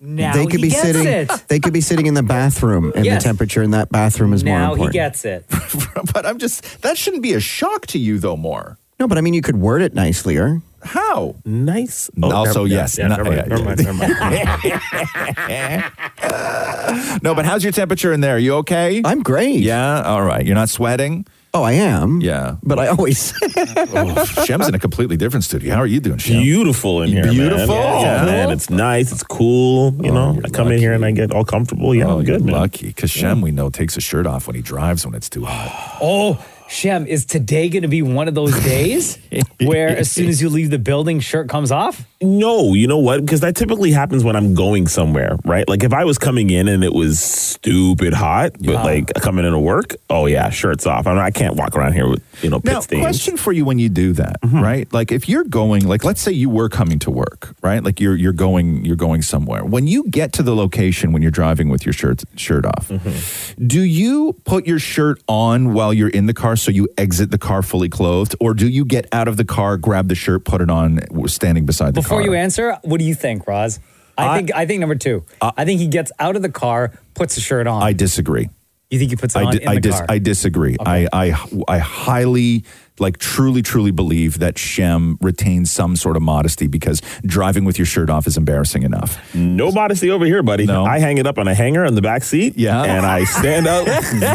Now they could he be gets sitting. it. They could be sitting in the bathroom, and Yes. the temperature in that bathroom is more Now he important. gets it. but I'm just that shouldn't be a shock to you though. More no, but I mean, you could word it nicelier. how nice. Oh, also, yes. Yeah, No- never mind. yeah, Never yeah. mind. Never mind. No, but how's your temperature in there? Are you okay? I'm great. Yeah. All right. You're not sweating. Oh, I am. Yeah. But I always. oh, Shem's in a completely different studio. How are you doing, Shem? Beautiful in here, man. Beautiful. Oh, Yeah, man. It's nice. It's cool. You know, I come in here and I get all comfortable. Yeah, I'm good, man. Lucky, because Shem, we know, takes his shirt off when he drives when it's too hot. Oh, Shem, is today going to be one of those days where as soon as you leave the building, shirt comes off? No, you know what? Because that typically happens when I'm going somewhere, right? Like if I was coming in and it was stupid hot, Uh-huh. but like coming into work, oh yeah, shirts off. I, mean, I can't walk around here with you know pit Now, stains. question for you when you do that, Mm-hmm. right? Like if you're going, like let's say you were coming to work, right? Like you're you're going you're going somewhere. When you get to the location when you're driving with your shirt shirt off, Mm-hmm. do you put your shirt on while you're in the car so you exit the car fully clothed, or do you get out of the car, grab the shirt, put it on standing beside the Before car? you answer, what do you think, Roz? I, think I think number two. I think he gets out of the car, puts the shirt on. Uh, I disagree. You think he puts it I, on di- in the I, dis- car? I disagree. I, I I highly like truly truly believe that Shem retains some sort of modesty because driving with your shirt off is embarrassing enough. No modesty over here, buddy. I hang it up on a hanger in the back seat. Yeah. And I stand up,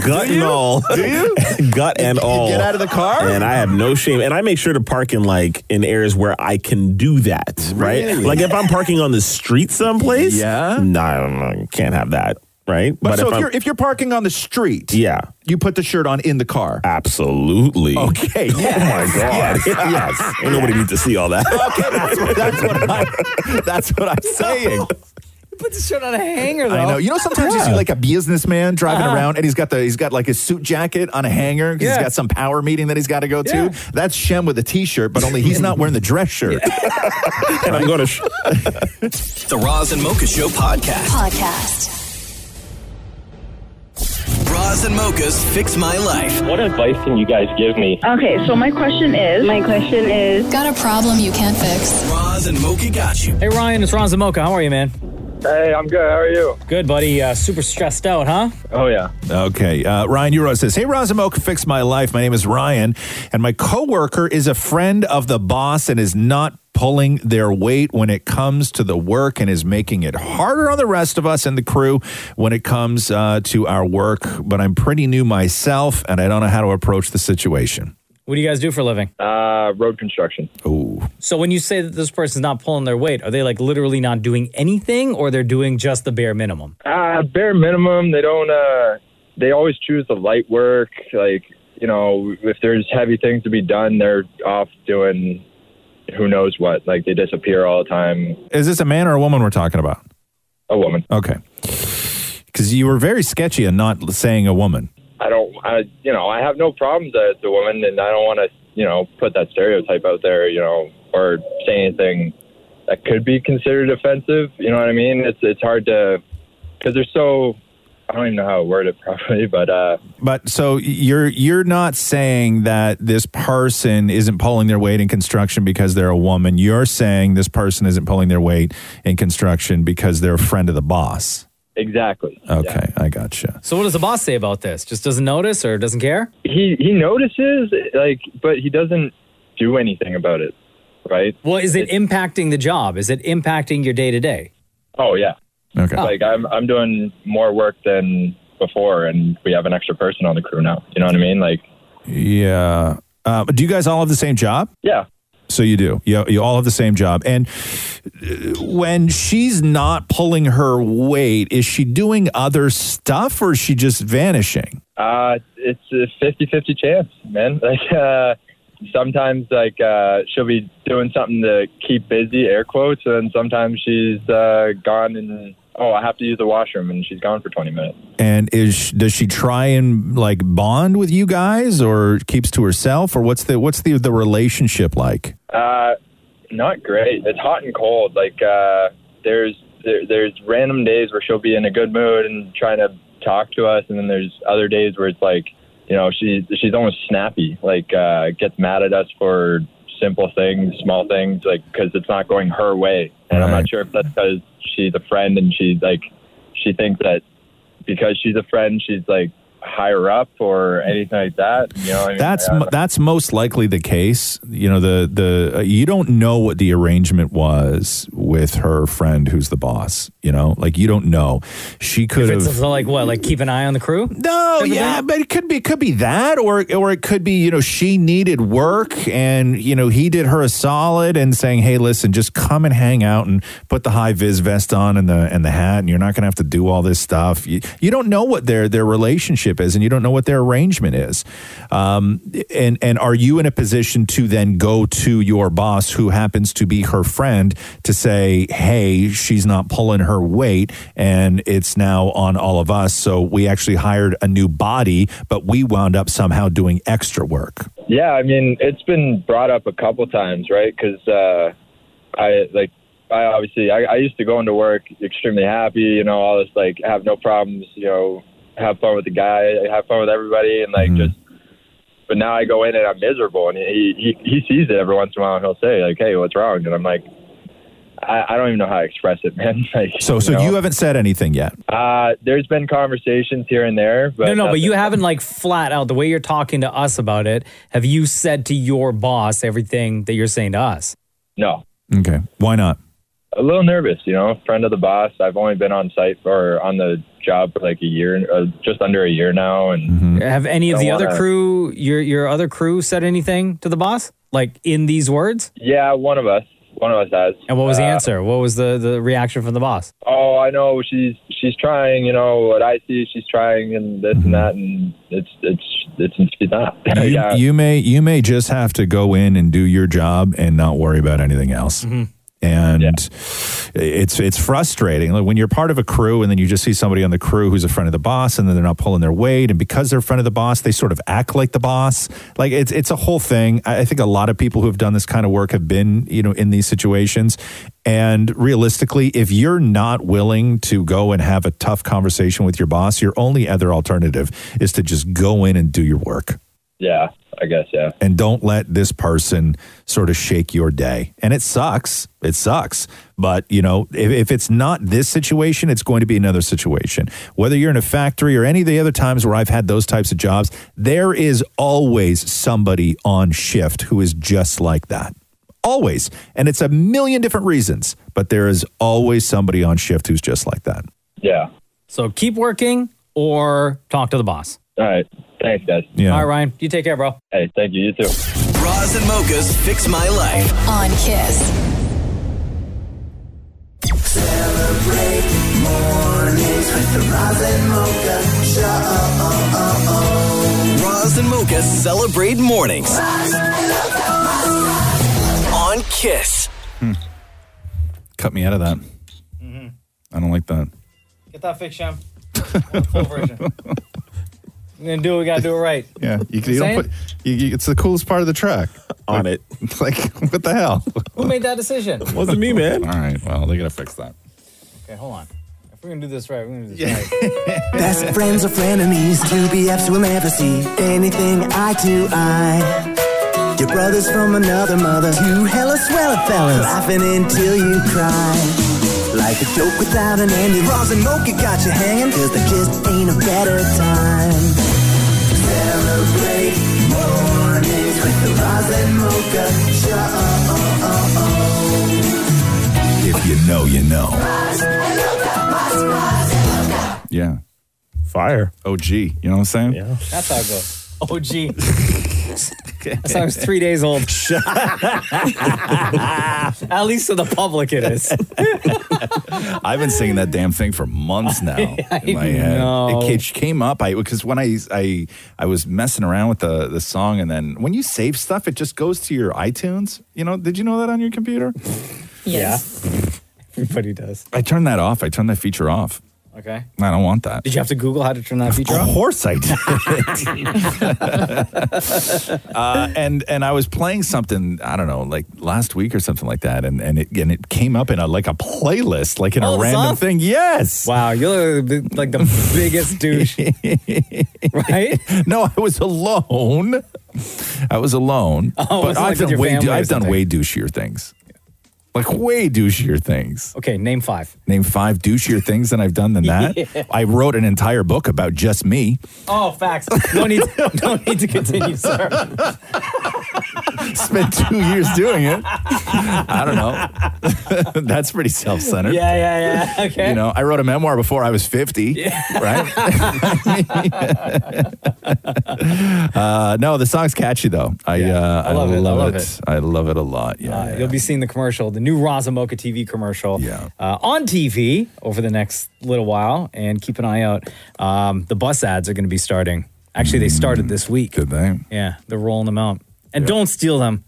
gut and all. Do you? gut and all. get out of the car? And I have no shame. And I make sure to park in like in areas where I can do that. Right? Really? Like if I'm parking on the street someplace. Yeah. No, I don't know. Can't have that. Right? But, so if, I'm- you're if you're parking on the street, yeah. you put the shirt on in the car. Absolutely. Okay. Oh my God. Yes. Ain't nobody need to see all that. Okay, that's what, that's what I, that's what I'm saying. Put the shirt on a hanger, though. I know. You know, sometimes you see like a businessman driving Uh-huh. around, and he's got the he's got like his suit jacket on a hanger because Yeah. he's got some power meeting that he's got to go to. That's Shem with a t-shirt, but only he's not wearing the dress shirt. and I'm going to. Sh- The Roz and Mocha Show podcast. Podcast. Roz and Mocha's Fix My Life. What advice can you guys give me? Okay, so my question is. My question is. Got a problem you can't fix. Roz and Mocha got you. Hey Ryan, it's Ron Zamoka. How are you, man? Hey, I'm good. How are you? Uh, Good, buddy. Uh, super stressed out, huh? Oh yeah. Okay. Uh, Ryan Euro says, "Hey, Razumoke, fix my life. My name is Ryan, and my coworker is a friend of the boss and is not pulling their weight when it comes to the work and is making it harder on the rest of us and the crew when it comes uh, to our work. But I'm pretty new myself, and I don't know how to approach the situation. What do you guys do for a living? Uh, road construction. Oh. So when you say that this person's not pulling their weight, are they like literally not doing anything, or they're doing just the bare minimum? Uh, bare minimum, they don't. Uh, they always choose the light work. Like you know, if there's heavy things to be done, they're off doing who knows what. Like they disappear all the time. Is this a man or a woman we're talking about? A woman. Okay. Because you were very sketchy and not saying a woman. I don't. I you know, I have no problem that it's a woman, and I don't want to you know put that stereotype out there. You know, or say anything that could be considered offensive. You know what I mean? It's it's hard to because they're so. I don't even know how to word it properly, but uh, But so you're you're not saying that this person isn't pulling their weight in construction because they're a woman. You're saying this person isn't pulling their weight in construction because they're a friend of the boss. exactly. Okay, I gotcha. So what does the boss say about this? Just doesn't notice or doesn't care? he he notices like but he doesn't do anything about it right Well, is it impacting the job? Is it impacting your day to day? oh yeah okay like i'm i'm doing more work than before and we have an extra person on the crew now you know what i mean like Yeah. Uh, do you guys all have the same job? Yeah. So you do. You, you all have the same job. And uh, when she's not pulling her weight, is she doing other stuff or is she just vanishing? uh it's a 50-50 chance man like uh sometimes like uh, she'll be doing something to keep busy, air quotes, and sometimes she's uh, gone and oh, I have to use the washroom, and she's gone for twenty minutes. And is sh- does she try and like bond with you guys, or keeps to herself, or what's the what's the the relationship like? Uh, not great. It's hot and cold. Like uh, there's there, there's random days where she'll be in a good mood and trying to talk to us, and then there's other days where it's like you know she she's almost snappy. Like uh, gets mad at us for simple things, small things, like because it's not going her way. And I'm not sure if that's because she's a friend and she's like she thinks that because she's a friend she's like higher up or anything like that. You know, what I mean? That's Like, I mo- don't know. that's most likely the case. You know the the uh, you don't know what the arrangement was with her friend who's the boss. You know, like you don't know. She could If have it's like what, like keep an eye on the crew? No, yeah, but it could be it could be that, or or it could be you know she needed work, and you know he did her a solid and saying, hey, listen, just come and hang out and put the high vis vest on and the and the hat, and you're not gonna have to do all this stuff. You, you don't know what their their relationship is, and you don't know what their arrangement is. Um, and and are you in a position to then go to your boss, who happens to be her friend, to say, hey, she's not pulling her weight, and it's now on all of us. So we actually hired a new body, but we wound up somehow doing extra work. Yeah, I mean, it's been brought up a couple times, right? Because uh, I like, I obviously, I, I used to go into work extremely happy, you know, all this like have no problems, you know, have fun with the guy, have fun with everybody, and like Mm-hmm. just. But now I go in and I'm miserable, and he, he he sees it every once in a while, and he'll say like, "Hey, what's wrong?" And I'm like, I, I don't even know how to express it, man. like, So so know. you haven't said anything yet. Uh, there's been conversations here and there, but no, no, but nothing- you haven't like flat out the way you're talking to us about it. Have you said to your boss everything that you're saying to us? no. Okay, why not? a little nervous, you know, friend of the boss. I've only been on site for on the job for like a year, uh, just under a year now. And Have any of Don't the other wanna- crew, your your other crew, said anything to the boss like in these words? Yeah, one of us, one of us has. And what was the Uh, answer? What was the the reaction from the boss? Oh, I know she's she's trying. You know what I see, she's trying, and this and that, and it's it's it's she's not. You, yeah, you may you may just have to go in and do your job and not worry about anything else. And it's it's frustrating like when you're part of a crew and then you just see somebody on the crew who's a friend of the boss and then they're not pulling their weight and because they're a friend of the boss they sort of act like the boss like it's it's a whole thing. I, I think a lot of people who have done this kind of work have been you know in these situations and realistically, if you're not willing to go and have a tough conversation with your boss, your only other alternative is to just go in and do your work yeah, I guess yeah. and don't let this person sort of shake your day. And it sucks. It sucks. But, you know, if, if it's not this situation, it's going to be another situation. Whether you're in a factory or any of the other times where I've had those types of jobs, there is always somebody on shift who is just like that. Always. And it's a million different reasons, but there is always somebody on shift who's just like that. Yeah. So keep working or talk to the boss. All right. Thanks, guys. Yeah. All right, Ryan. You take care, bro. Hey, thank you. You too. Bras and mochas fix my life. on Kiss. Bras and mochas celebrate mornings on Kiss. Cut me out of that. Mm-hmm. I don't like that. Get that fixed, Sham. Full version. We're gonna do it. We gotta do it right. Yeah, you, you don't Same. put- You, it's the coolest part of the track. On it, like what the hell? Who made that decision? Wasn't me, man. All right, well, they gotta fix that. Okay, hold on. If we're gonna do this right, we're gonna do this right. Best friends or frenemies, two BFs will never see anything eye to eye. Your brothers from another mother, two hella sweller fellas, laughing until you cry. Like a joke without an ending, Ross and Mocha got you hanging, cause there just ain't a better time. Celebrate mornings with the Roz and Mocha Show. If you know, you know. Yeah, fire. Oh, gee, you know what I'm saying? Yeah. That's how it goes. Oh, gee. That song is three days old. At least to the public, it is. I've been singing that damn thing for months now I in my head. know. It ca- came up I because when I, I I was messing around with the the song and then when you save stuff it just goes to your iTunes. You know, did you know that on your computer? Yes. Everybody does. I turned that off. I turned that feature off. Okay. I don't want that. Did you have to Google how to turn that feature Of off? course I did. uh, and and I was playing something I don't know like last week or something like that, and and it and it came up in a like a playlist, like in Oh, a the random song? thing. Yes. Wow, you're like the biggest douche, right? No, I was alone. I was alone. Oh, but wasn't like I've with done your way family or I've done something. way douchier things, like way douchier things. Okay, name five. Name five douchier things than I've done than that. Yeah. I wrote an entire book about just me. Oh, facts. No need, no need to continue, sir. Uh, Spent two years doing it. I don't know. That's pretty self-centered. Yeah, yeah, yeah. Okay. You know, I wrote a memoir before I was 50, right? uh, no, the song's catchy though. I uh, I, love it, I love it. it. I love it a lot. Yeah. Uh, You'll be seeing the commercial, the new Razamoka TV commercial uh, on TV over the next little while. And keep an eye out. Um, the bus ads are going to be starting. Actually, they started Mm, this week. Good thing. Yeah, they're rolling them out. And don't steal them.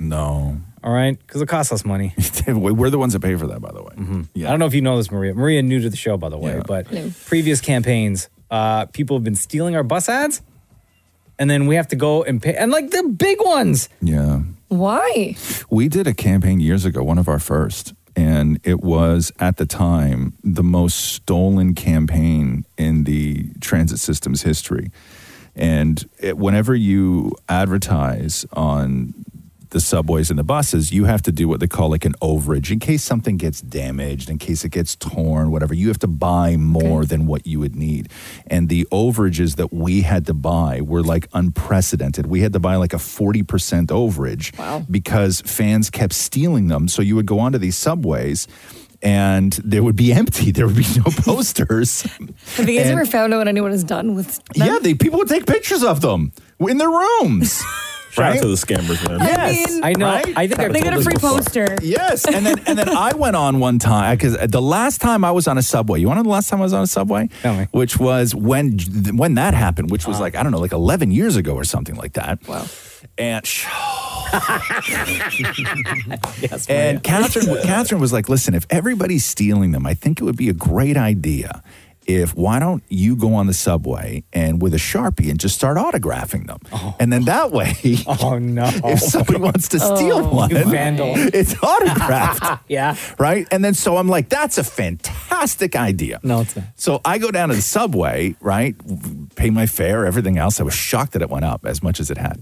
No. All right? Because it costs us money. We're the ones that pay for that, by the way. I don't know if you know this, Maria. Maria, new to the show, by the way, but previous campaigns, uh, people have been stealing our bus ads. And then we have to go and pay. And like the big ones. Yeah. Why? We did a campaign years ago, one of our first, and it was at the time the most stolen campaign in the transit system's history. And it, whenever you advertise on the subways and the buses, you have to do what they call like an overage in case something gets damaged, in case it gets torn, whatever. You have to buy more than what you would need. And the overages that we had to buy were like unprecedented. We had to buy like a 40% overage because fans kept stealing them. So you would go onto these subways and there would be empty, there would be no posters. Have you guys And- ever found out what anyone has done with? yeah, they, people would take pictures of them in their rooms. Shout out to the scammers, man. Yes. mean, I know. I think I've They got told a this free before. poster. Yes, and then and then I went on one time because the last time I was on a subway. You want to know the last time I was on a subway? Which was when when that happened, which was Uh-huh. like I don't know, like eleven years ago or something like that. Wow. And and Catherine, Catherine was like, listen, if everybody's stealing them, I think it would be a great idea if why don't you go on the subway and with a sharpie and just start autographing them, and then that way, oh no, if somebody wants to steal Oh, one, you vandal. it's autographed. yeah. Right? And then so I'm like, that's a fantastic idea. No, it's not. So I go down to the subway, right? Pay my fare, everything else. I was shocked that it went up as much as it had.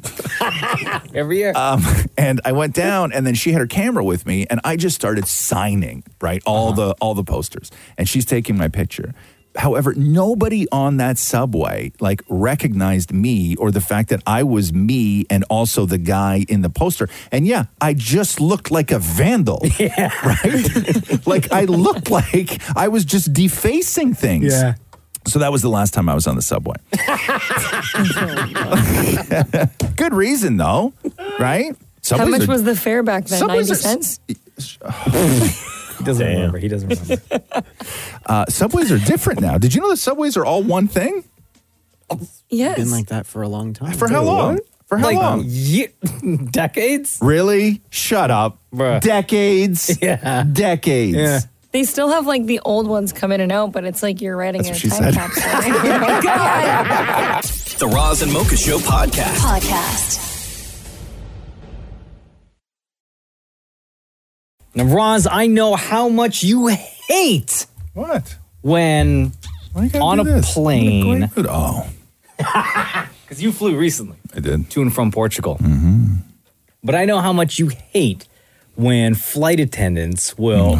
Every year. Um, and I went down, and then she had her camera with me, and I just started signing right all Uh-huh. the all the posters, and she's taking my picture. However, nobody on that subway like recognized me or the fact that I was me and also the guy in the poster. And yeah, I just looked like a vandal, right? like I looked like I was just defacing things. Yeah. So that was the last time I was on the subway. Good reason though, right? How much Subways are- was the fare back then? Subways Ninety are- cents. He doesn't remember. He doesn't remember. Uh, subways are different now. Did you know that subways are all one thing? Yes. Been like that for a long time. For how long? For how long? decades? Really? Shut up. Decades. Yeah. Decades. Yeah. They still have like the old ones come in and out, but it's like you're writing That's in a what time she capsule. oh my god! The Roz and Mocha Show podcast. Podcast. Now, Roz, I know how much you hate. What? When on a plane. Oh. Because you flew recently. I did. Mm-hmm. To and from Portugal. But I know how much you hate when flight attendants will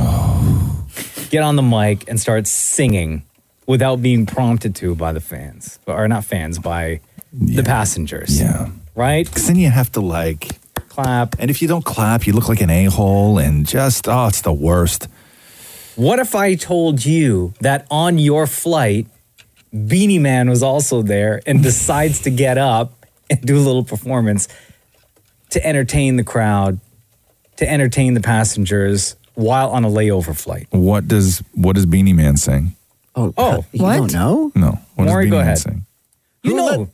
get on the mic and start singing without being prompted to by the fans, or not fans, by the passengers. Yeah. Right? Because then you have to like clap. And if you don't clap, you look like an a hole and just, oh, it's the worst. What if I told you that on your flight, Beanie Man was also there and decides to get up and do a little performance to entertain the crowd, to entertain the passengers while on a layover flight. What does what does Beanie Man sing? Oh, Oh, you don't know? No. What Maury, does Beanie go Man ahead. sing? You know,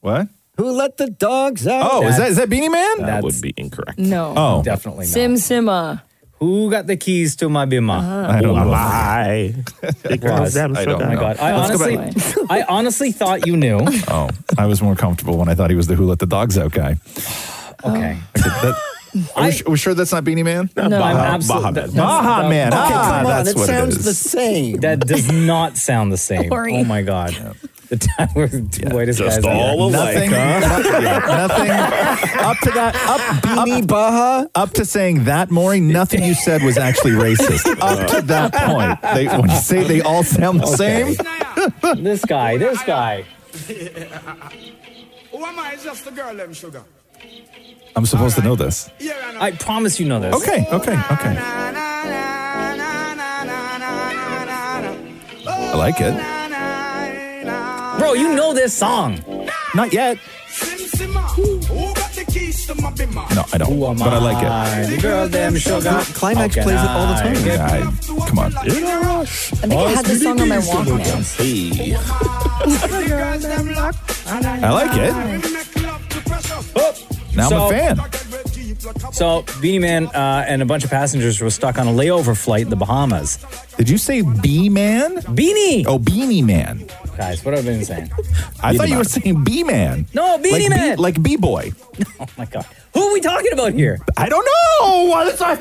What? Who let the dogs out? Oh, is that is that Beanie Man? That would be incorrect. No. Oh, definitely not. Sim Sima. Who got the keys to my bima? Uh-huh. Ah. I don't know. I, Because I'm so Oh my dumb. god! I Let's go honestly, I honestly thought you knew. Oh, I was more comfortable when I thought he was the Who Let the Dogs Out guy. Okay. that, are, we, su- are we sure that's not Beanie Man? Uh, No, I'm absolutely Baja Man. Okay, ah, that's what it is. same. That does not sound the same. Sorry. Oh my god! The time where the whitest Just guys are. all alike, huh? up to that, up Beanie Baja, up to saying that, Maury. Nothing you said was actually racist. up to that point, they, when you say they all sound the same, same. this guy, this guy. Who am I? It's just the girl, them sugar. I'm supposed to know this. I promise you know this. Okay, okay, okay. I like it. Bro, you know this song. Not yet. No, I don't. Who am but I like it. I? The girl, them sugar. Climax How can plays it all the I time. get- I- come on. I think I had this song on my Walkman. Hey. I like Now I'm a fan. So Beanie Man uh, and a bunch of passengers were stuck on a layover flight in the Bahamas. Did you say Bee Man? Beanie. Oh, Beanie Man. Guys, what have I been saying? I thought you were saying Bee Man. No, Oh, Beanie like bee- Man. like Bee Boy. Oh my god. Who are we talking about here? I don't know. How many I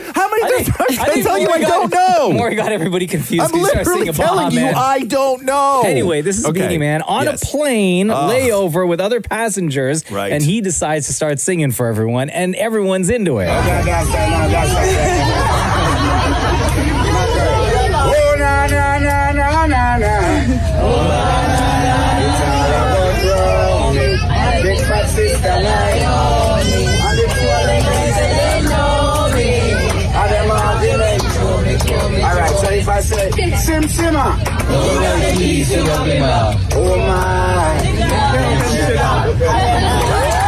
think- times I can I think tell you I Maury don't got- know? Maury got everybody confused. I'm He started literally singing telling Baha you Man. I don't know. Anyway, this is Okay. Beanie Man on Yes. a plane Ugh. layover with other passengers, Right. and he decides to start singing for everyone, and everyone's into it. Oh, na, na, na, na, na, na. It's all about Romy. Big fat sister like Romy. And the poor ladies, they know me. And them all they like Romy, Romy. All right, so if I say, Sim Simma. Oh, my.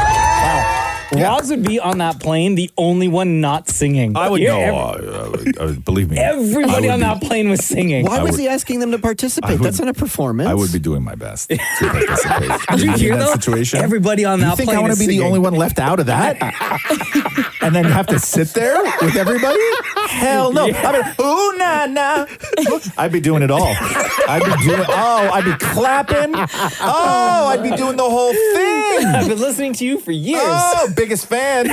Roz would be on that plane, the only one not singing. I would Here, know. every- uh, uh, believe me. I everybody would on be- that plane was singing. Why I was would- he asking them to I participate? would- That's not a performance. I would be doing my best. Did Did you hear that though? situation? Everybody on you that think plane I want is to be the singing. only one left out of that, and then have to sit there with everybody? Hell no! I mean, ooh na na. I'd be doing it all. I'd be doing. Oh, I'd be clapping. Oh, I'd be doing the whole thing. I've been listening to you for years. Oh, biggest fan.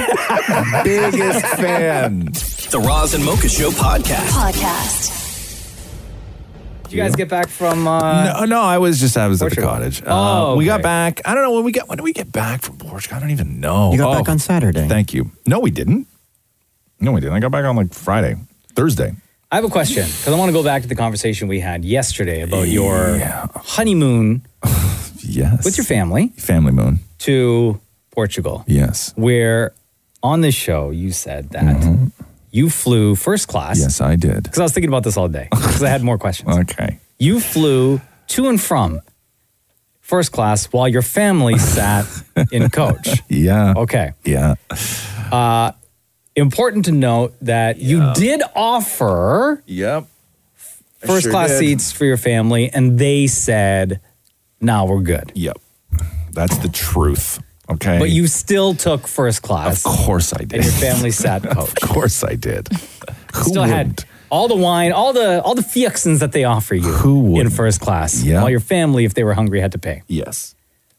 biggest fan. The Roz and Mocha Show podcast. Podcast. Did you guys get back from? Uh, No, no, I was just I was at the cottage. Oh, Uh, we okay. got back. I don't know when we got when did we get back from Portugal. I don't even know. You got Oh, back on Saturday. Thank you. No, we didn't. No, we didn't. I got back on like Friday, Thursday. I have a question because I want to go back to the conversation we had yesterday about your honeymoon Yes. with your family Family moon. to Portugal. Yes. Where on this show you said that you flew first class. Mm-hmm. Yes, I did. Because I was thinking about this all day because I had more questions. Okay. You flew to and from first class while your family sat in coach. Yeah. Okay. Yeah. Uh, important to note that you did offer Yep. I first sure class did. seats for your family, and they said, "Now we're good." Yep, that's the truth. Okay. But you still took first class. Of course I did. And your family sat coach. of course I did. Who still had all the wine, all the all the fixins that they offer you in first class. Yeah. While your family, if they were hungry, had to pay. Yes.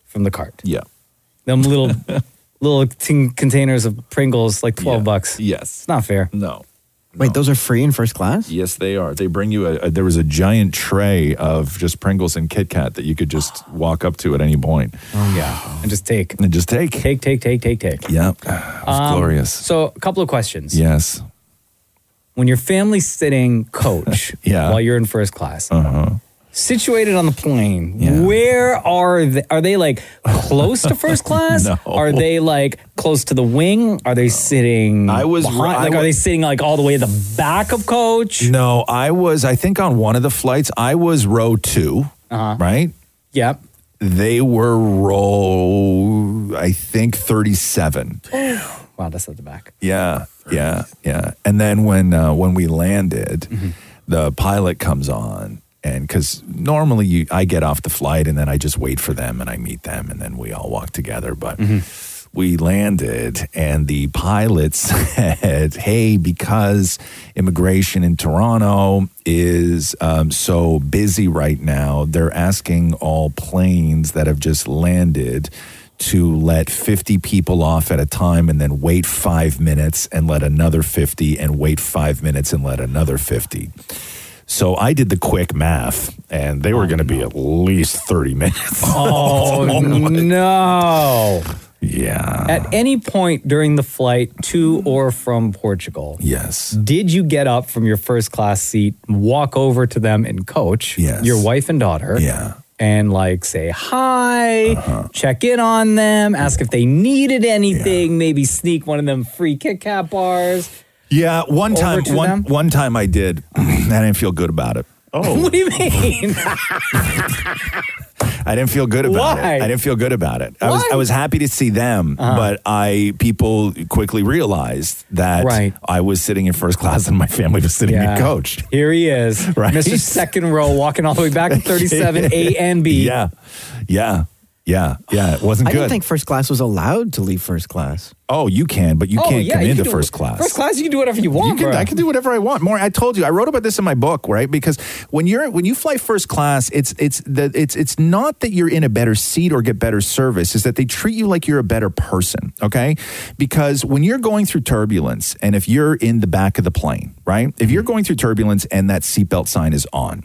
From the cart. Yeah. Them little little tin containers of Pringles, like twelve bucks. Yes. It's not fair. No. Wait, those are free in first class? Yes, they are. They bring you a, a- there was a giant tray of just Pringles and Kit Kat that you could just walk up to at any point. Oh yeah, and just take and just take take take take take take. Yep, it was Um, glorious. So a couple of questions. Yes. When your family's sitting coach, Yeah. while you're in first class, uh-huh. situated on the plane, where are they? Are they like close to first class? No. Are they like close to the wing? Are they sitting? I was- behind, I like, wa- are they sitting like all the way at the back of coach? No, I was. I think on one of the flights, I was row 2 Right. Uh-huh. Yep. They were row, I think, 37. wow, that's at the back. Yeah, yeah, yeah. And then when uh, when we landed, the pilot comes on, and because normally you, I get off the flight and then I just wait for them and I meet them and then we all walk together. But we landed, and the pilot said, "Hey, because immigration in Toronto is um, so busy right now, they're asking all planes that have just landed." to let 50 people off at a time and then wait five minutes and let another 50 and wait five minutes and let another 50. So I did the quick math and they were going to be at least 30 minutes. Oh, no. Yeah. At any point during the flight to or from Portugal, yes. Did you get up from your first class seat, walk over to them and coach Yes. your wife and daughter? Yeah. And like say hi, Uh. check in on them, ask if they needed anything, maybe sneak one of them free Kit Kat bars. Yeah, one Over time to one, them? Oh. one time I did and I didn't feel good about it. what do you mean? I didn't feel good about Why? it. I didn't feel good about it. I was Why? I was happy to see them, Uh-huh. but I people quickly realized that I was sitting in first class and my family was sitting Yeah. in coach. Here he is, Right? Mr. Second Row, walking all the way back to 37 A and B. Yeah. Yeah. Yeah. Yeah. It wasn't I good. didn't think first class was allowed to leave first class. oh, you can, but you Oh, can't yeah, come you into can do- first class. first class, you can do whatever you want. You can, I can do whatever I want. More, I told you, I wrote about this in my book, right? Because when you're when you fly first class, it's it's the, it's it's not that you're in a better seat or get better service. Is that they treat you like you're a better person, okay? Because when you're going through turbulence, and if you're in the back of the plane, right? If Mm-hmm. you're going through turbulence and that seatbelt sign is on.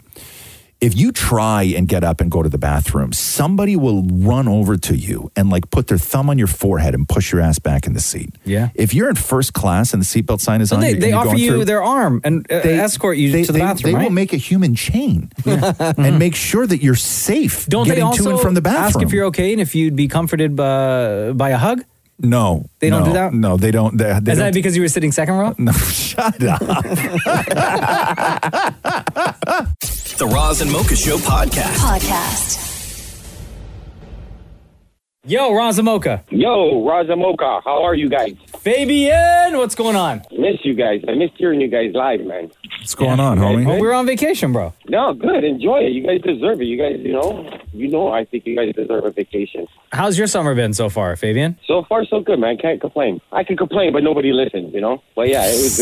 If you try and get up and go to the bathroom, somebody will run over to you and like put their thumb on your forehead and push your ass back in the seat. Yeah. If you're in first class and the seatbelt sign is So on, they, you- they you're offer going you through- their arm and uh, They- escort you they- to the they- bathroom. they will right? make a human chain and make sure that you're safe Don't getting they also to and from the ask bathroom. if you're okay and if you'd be comforted by, by a hug? no, They don't no, do that? No, they don't. They, they Is don't that because you were sitting second row? No, shut up. The Roz and Mocha Show podcast. Podcast. Yo, Razamoka. Yo, Razamoka, how are you guys? Fabian, what's going on? Miss you guys. I missed hearing you guys live, man. What's going on, homie? Well, we're on vacation, bro. No, good. Enjoy it. You guys deserve it. You guys, you know, you know. I think you guys deserve a vacation. How's your summer been so far, Fabian? So far, so good, man. Can't complain. I can complain, but nobody listens, you know. But yeah, it was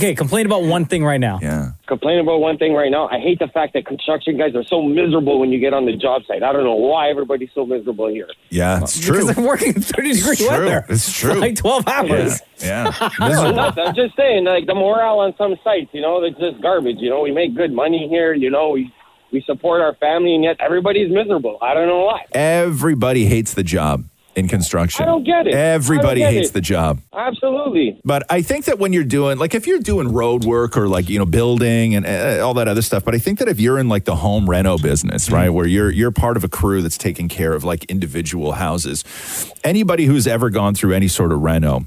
good. Okay, complain about one thing right now. Yeah. complain about one thing right now. I hate the fact that construction guys are so miserable when you get on the job site. I don't know why everybody's so miserable here. Yeah, it's true. Because I'm working in 30 degree It's true. weather. It's true. Like 12 hours. Yeah. No, nothing. I'm just saying, like the morale on some sites, you know, it's just garbage. You know, we make good money here. You know, we we support our family, and yet everybody's miserable. I don't know why. Everybody hates the job in construction. I don't get it. I don't Everybody get hates it. the job. Absolutely. But I think that when you're doing, like, if you're doing road work or like, you know, building and uh, all that other stuff, but I think that if you're in like the home reno business, right, where you're you're part of a crew that's taking care of like individual houses, anybody who's ever gone through any sort of reno,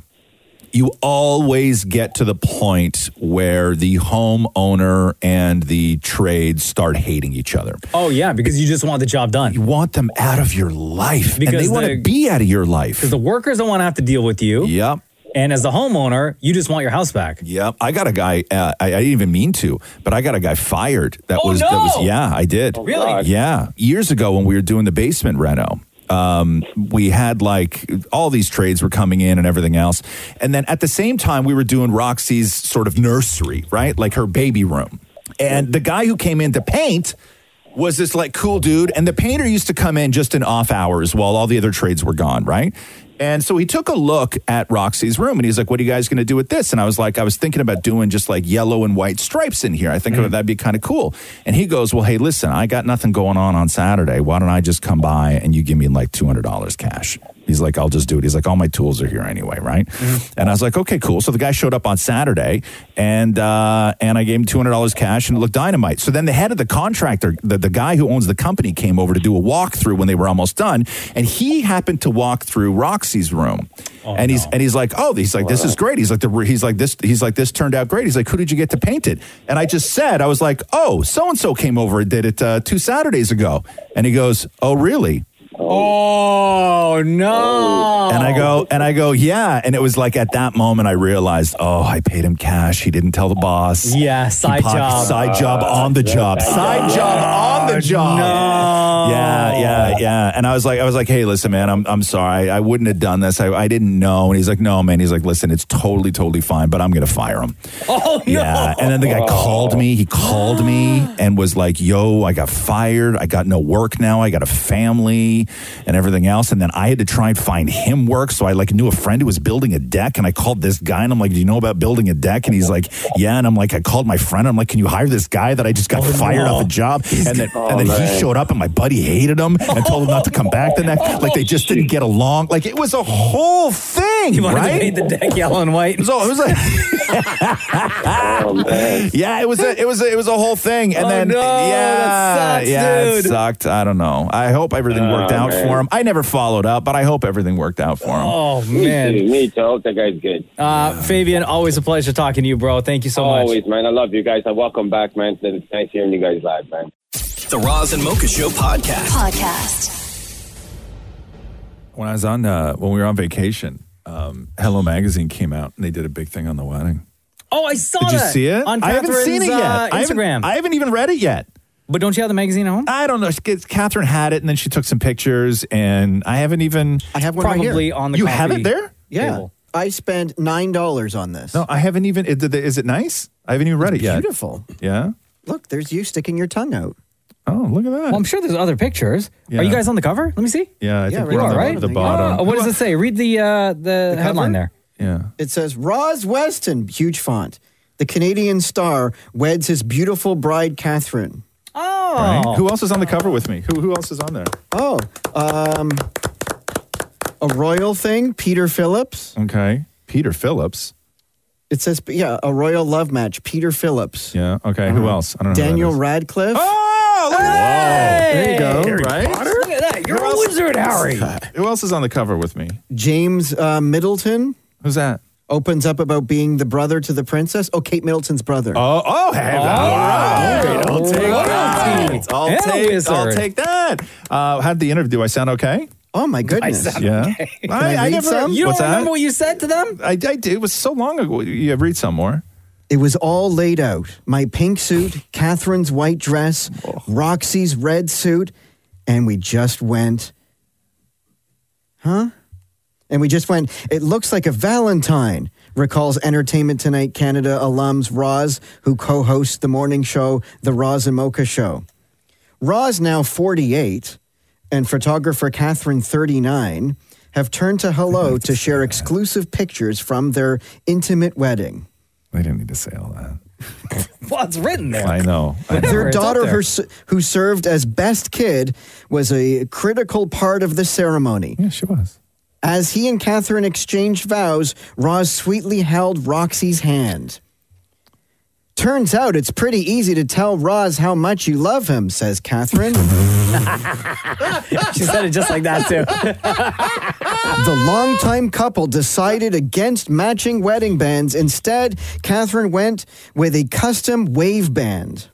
you always get to the point where the homeowner and the trade start hating each other. Oh, yeah, because you just want the job done. You want them out of your life. Because and they want the- to be out of your life. Because the workers don't want to have to deal with you. Yep. And as the homeowner, you just want your house back. Yep, I got a guy. Uh, I, I didn't even mean to, but I got a guy fired. That was that was Oh, no! yeah, I did. Oh, Really? God. Yeah, years ago when we were doing the basement reno. Um, we had like all these trades were coming in and everything else. And then at the same time, we were doing Roxy's sort of nursery, right? Like her baby room. And the guy who came in to paint was this like cool dude. And the painter used to come in just in off hours while all the other trades were gone, right? And so he took a look at Roxy's room and he's like, What are you guys going to do with this? And I was like, I was thinking about doing just like yellow and white stripes in here. I think that'd be kind of cool. And he goes, Well, hey, listen, I got nothing going on on Saturday. Why don't I just come by and you give me like $200 cash? He's like, I'll just do it. He's like, all my tools are here anyway, right? And I was like, okay, cool. So the guy showed up on Saturday, and uh, and I gave him two hundred dollars cash, and it looked dynamite. So then the head of the contractor, the, the guy who owns the company, came over to do a walkthrough when they were almost done, and he happened to walk through Roxy's room, and he's and he's like, oh, he's like, this is great. He's like, the, he's like this, he's like this turned out great. He's like, who did you get to paint it? And I just said, I was like, oh, so and so came over and did it uh, two Saturdays ago, and he goes, oh, really? Oh no! Oh. And I go, and I go, yeah. And it was like at that moment I realized, oh, I paid him cash. He didn't tell the boss. Yeah, side pocket- job. Oh, side job Ah, on the job, side job on the job. Yeah, yeah, yeah. And I was like, I was like, hey, listen, man, I'm, I'm sorry. I, I wouldn't have done this. I, I didn't know. And he's like, no, man. He's like, listen, it's totally, totally fine. But I'm gonna fire him. Oh no! Oh. Yeah. And then the guy called me. He called me and was like, yo, I got fired. I got no work now. I got a family and everything else. And then I had to try and find him work. So I like knew a friend who was building a deck and I called this guy and I'm like, do you know about building a deck? And he's like, yeah. And I'm like, I called my friend. I'm like, can you hire this guy that I just Oh, got fired no. off a job? And then, Oh, and then he man. showed up and my buddy hated him and told him not to come back the next, like they just didn't get along. Like it was a whole thing, He wanted right? to paint the deck yellow and white. So it was like, yeah, it was a, it was a, it was a whole thing, and Oh, then no, yeah, that sucks, yeah, it dude. sucked. I don't know. I hope everything worked Oh, out man. for him. I never followed up, but I hope everything worked out for him. Oh Me too, man, me too. I hope that guy's good. uh, Fabian, always a pleasure talking to you, bro. Thank you so much. Always, man. I love you guys. I welcome back, man. It's nice hearing you guys live, man. The Roz and Mocha Show podcast. Podcast. When I was on, uh, when we were on vacation, um, Hello Magazine came out and they did a big thing on the wedding. Oh, I saw Did you that see it? on I haven't Catherine's seen it yet. uh, I haven't- Instagram. I haven't even read it yet. But don't you have the magazine at home? I don't know. She gets- Catherine had it, and then she took some pictures, and I haven't even. I have one right here. You have it there? Yeah. I spent $9 on this. No, I haven't even. Is it- is it nice? I haven't even read it yet. Beautiful. Yeah. Look, there's you sticking your tongue out. Oh, look at that. Well, I'm sure there's other pictures. Yeah. Are you guys on the cover? Let me see. Yeah, I Yeah, think right we're on there. the, Right? the bottom. Oh, what does it say? Read the uh, the, headline there. Yeah. It says Roz Weston, huge font. The Canadian star weds his beautiful bride, Catherine. Oh. Right? Who else is on the cover with me? Who who else is on there? Oh, um, a royal thing, Peter Phillips. Okay. Peter Phillips. It says, yeah, a royal love match, Peter Phillips. Uh-huh. Yeah. Okay. Who else? I don't know. Daniel Radcliffe. Oh, look There you go. right? Look at that. You're a wizard, Harry. Who else is on the cover with me? James uh, Middleton. Who's that? Opens up about being the brother to the princess. Oh, Kate Middleton's brother. Oh, oh, hey, all right. I'll take that. I'll Oh, And a take, I'll wizard. take that. Uh, how'd the interview? Do I sound okay? Oh my goodness. yeah. I, I never. You don't what's that? remember what you said to them? I, I did. It was so long ago. Yeah, read some more. It was all laid out. My pink suit, Catherine's white dress, Oh. Roxy's red suit, and we just went, huh? And we just went, it looks like a Valentine, recalls Entertainment Tonight Canada alums Roz, who co hosts the morning show, The Roz and Mocha Show. Roz, now 48, and photographer Catherine, 39, have turned to Hello to share exclusive pictures from their intimate wedding. I didn't need to say all that. Well, it's written there. I know. I know. Their It's up daughter, there. her, who served as best kid, was a critical part of the ceremony. Yeah, she was. As he and Catherine exchanged vows, Roz sweetly held Roxy's hand. Turns out it's pretty easy to tell Roz how much you love him, says Catherine. she said it just like that, too. the longtime couple decided against matching wedding bands. Instead, Catherine went with a custom wave band.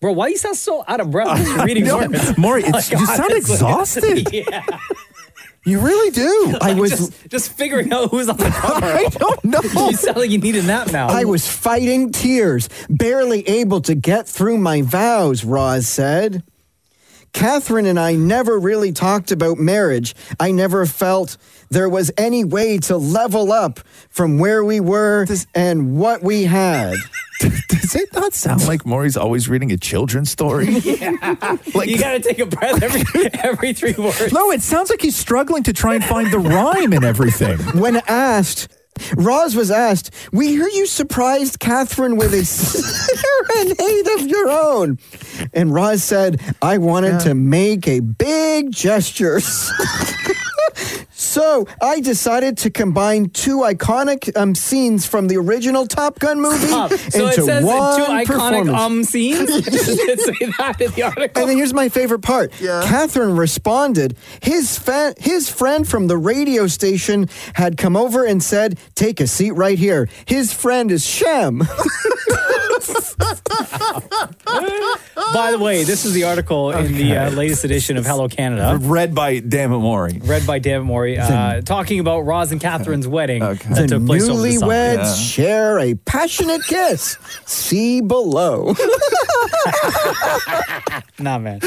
Bro, why you sound so out of breath when you're reading No, words? Maury, it's- Like, you sound honestly. exhausted. yeah. You really do. I was. just, just figuring out who's on the cover. I don't know. you sound like you need a nap now. I was fighting tears, barely able to get through my vows, Roz said. Catherine and I never really talked about marriage. I never felt there was any way to level up from where we were and what we had. Does it not sound like Maury's always reading a children's story? yeah. you got to take a breath every every three words. no, it sounds like he's struggling to try and find the rhyme in everything. When asked, Roz was asked, We hear you surprised Catherine with a serenade of your own. And Roz said, I wanted to make a big gesture. So I decided to combine two iconic um, scenes from the original Top Gun movie Stop. So into it says two one iconic performance. um scenes. Did it say that in the article? And then here's my favorite part. Catherine responded. His fa- his friend from the radio station had come over and said, "Take a seat right here." His friend is Shem. By the way, this is the article in the uh, Okay. latest edition of Hello Canada. Read by Dammit Maury. Read by David Mori, uh, talking about Roz and Catherine's wedding that the took place over the summer. newlyweds share a passionate kiss. See below. Nah, man.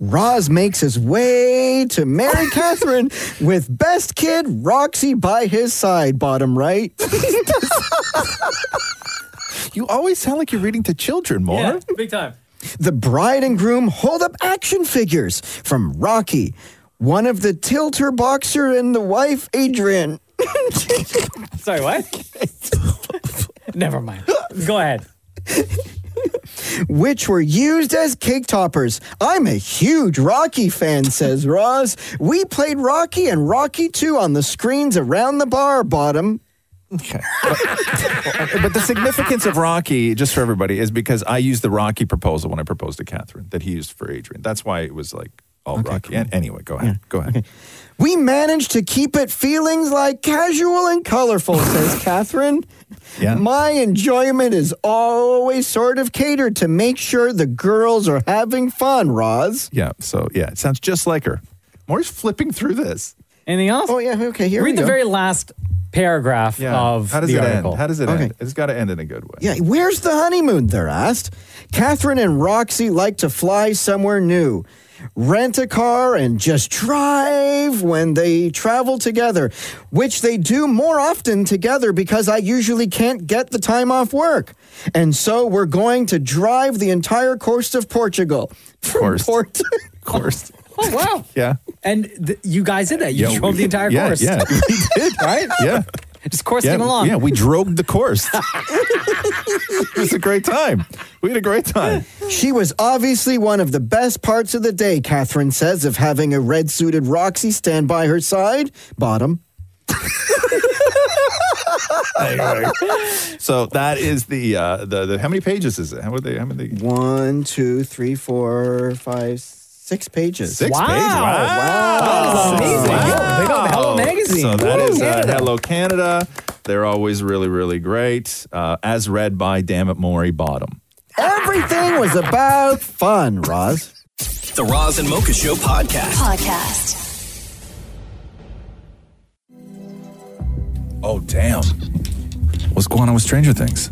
Roz makes his way to marry Catherine with best kid Roxy by his side, bottom right. you always sound like you're reading to children, more. Yeah, big time. The bride and groom hold up action figures from Rocky, one of the tilter boxer and the wife, Adrian. Sorry, what? Never mind. Go ahead. which were used as cake toppers. I'm a huge Rocky fan, says Roz. We played Rocky and Rocky 2 on the screens around the bar bottom. Okay. but the significance of Rocky, just for everybody, is because I used the Rocky proposal when I proposed to Catherine that he used for Adrian. That's why it was like all Rocky. And anyway, go ahead. Go ahead. We managed to keep it feelings like casual and colorful, says Catherine. Yeah. My enjoyment is always sort of catered to make sure the girls are having fun, Roz. Yeah. So yeah, it sounds just like her. Maury's flipping through this. Anything else? Oh, yeah. Okay, here Read we the go. very last paragraph of How does the it article. end? How does it Okay. end? It's got to end in a good way. Yeah, where's the honeymoon? They're asked. Catherine and Roxy like to fly somewhere new, rent a car, and just drive when they travel together, which they do more often together because I usually can't get the time off work. And so we're going to drive the entire coast of Portugal. From Port to course. Oh, wow. Yeah. And th- you guys did that. You Yeah, drove we- the entire yeah, course. yeah, we did. right? Yeah. Just coursing along. Yeah, we drove the course. it was a great time. We had a great time. She was obviously one of the best parts of the day, Catherine says, of having a red suited Roxy stand by her side. Bottom. Anyway. so that is the, uh, the the how many pages is it? How many? They, how many? They, One, two, three, four, five, six pages. Six Wow. pages. Wow. Wow. That is amazing. Wow. Pick up Hello Magazine. So that Woo. is uh, Canada. Hello Canada. They're always really really great, uh, as read by Dammit Maury Bottom. Everything was about fun, Roz. The Roz and Mocha Show podcast. Podcast. Oh damn! What's going on with Stranger Things?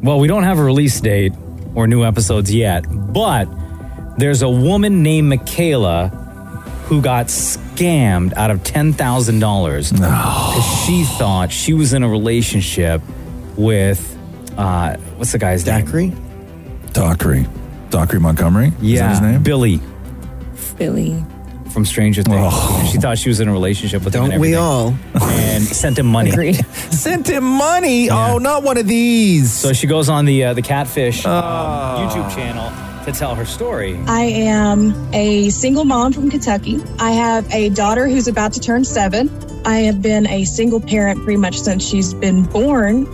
Well, we don't have a release date or new episodes yet, but there's a woman named Michaela who got scammed out of ten thousand dollars because she thought she was in a relationship with uh, what's the guy's name? Dockery, Dockery Montgomery. Is that Yeah, his name? Billy Billy. from Stranger Things. And She thought she was in a relationship with him. and Don't we everything. all? And sent him money. Sent him money. Oh, not one of these. Oh. So she goes on the uh, the catfish um, YouTube channel to tell her story. I am a single mom from Kentucky. I have a daughter who's about to turn seven. I have been a single parent pretty much since she's been born.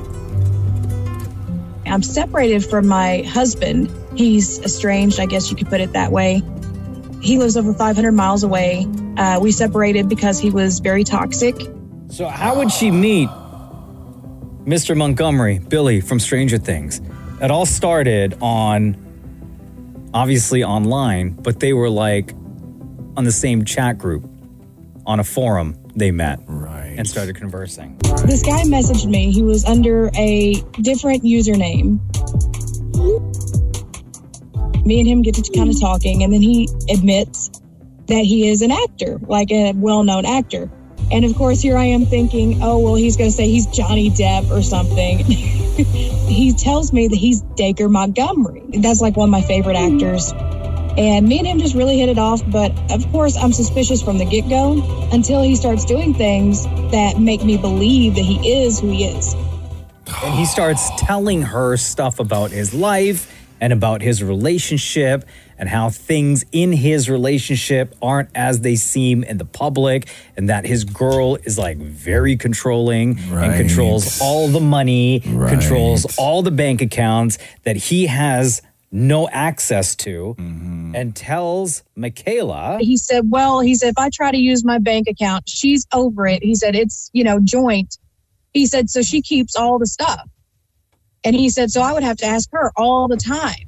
I'm separated from my husband. He's estranged, I guess you could put it that way. He lives over 500 miles away. Uh, we separated because he was very toxic. So how would she meet Mr. Montgomery, Billy from Stranger Things? It all started on obviously online, but they were like on the same chat group on a forum they met right. and started conversing. This guy messaged me. He was under a different username. Me and him get to kind of talking, and then he admits that he is an actor, like a well known actor. And of course, here I am thinking, oh, well, he's going to say he's Johnny Depp or something. he tells me that he's Dacre Montgomery. That's like one of my favorite actors. And me and him just really hit it off. But of course, I'm suspicious from the get go until he starts doing things that make me believe that he is who he is. And he starts telling her stuff about his life and about his relationship and how things in his relationship aren't as they seem in the public, and that his girl is like very controlling and controls all the money, controls all the bank accounts that he has no access to, Mm-hmm. and tells Michaela. He said, Well, he said, if I try to use my bank account, she's over it. He said, It's, you know, joint. He said, So she keeps all the stuff. And he said, So I would have to ask her all the time.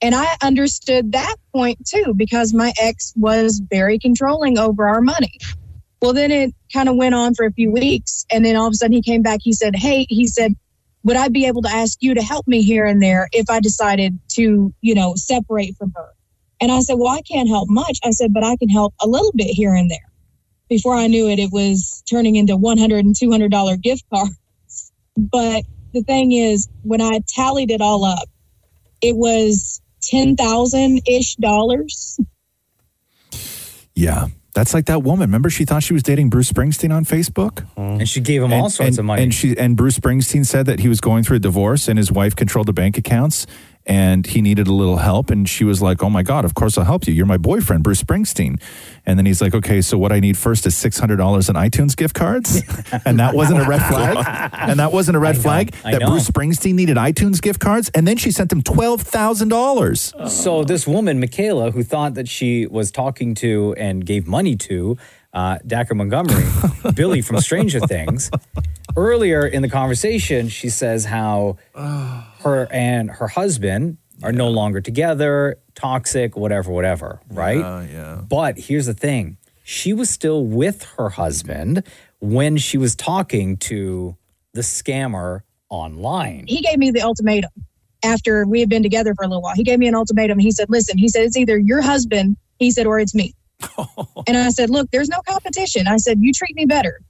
And I understood that point too, because my ex was very controlling over our money. Well, then it kind of went on for a few weeks. And then all of a sudden he came back. He said, Hey, he said, would I be able to ask you to help me here and there if I decided to, you know, separate from her? And I said, Well, I can't help much. I said, But I can help a little bit here and there. Before I knew it, it was turning into $100 and $200 gift cards. But the thing is, when I tallied it all up, it was 10,000 ish dollars. Yeah. That's like that woman. Remember, she thought she was dating Bruce Springsteen on Facebook, and she gave him all sorts of money. And she and Bruce Springsteen said that he was going through a divorce, and his wife controlled the bank accounts, and he needed a little help. And she was like, "Oh my God, of course I'll help you. You're my boyfriend, Bruce Springsteen." And then he's like, "Okay, so what I need first is six hundred dollars in iTunes gift cards," and that wasn't a red flag, and that wasn't a red flag I that know. Bruce Springsteen needed iTunes gift cards. And then she sent him twelve thousand dollars. So this woman, Michaela, who thought that she was talking to and gave money to uh, Dacker Montgomery, Billy from Stranger Things, earlier in the conversation, she says how her and her husband are no longer together, toxic, whatever, whatever, right? yeah. But here's the thing she was still with her husband when she was talking to the scammer online. He gave me the ultimatum after we had been together for a little while. He gave me an ultimatum. He said, Listen, he said, it's either your husband, he said, or it's me. and I said, Look, there's no competition. I said, You treat me better.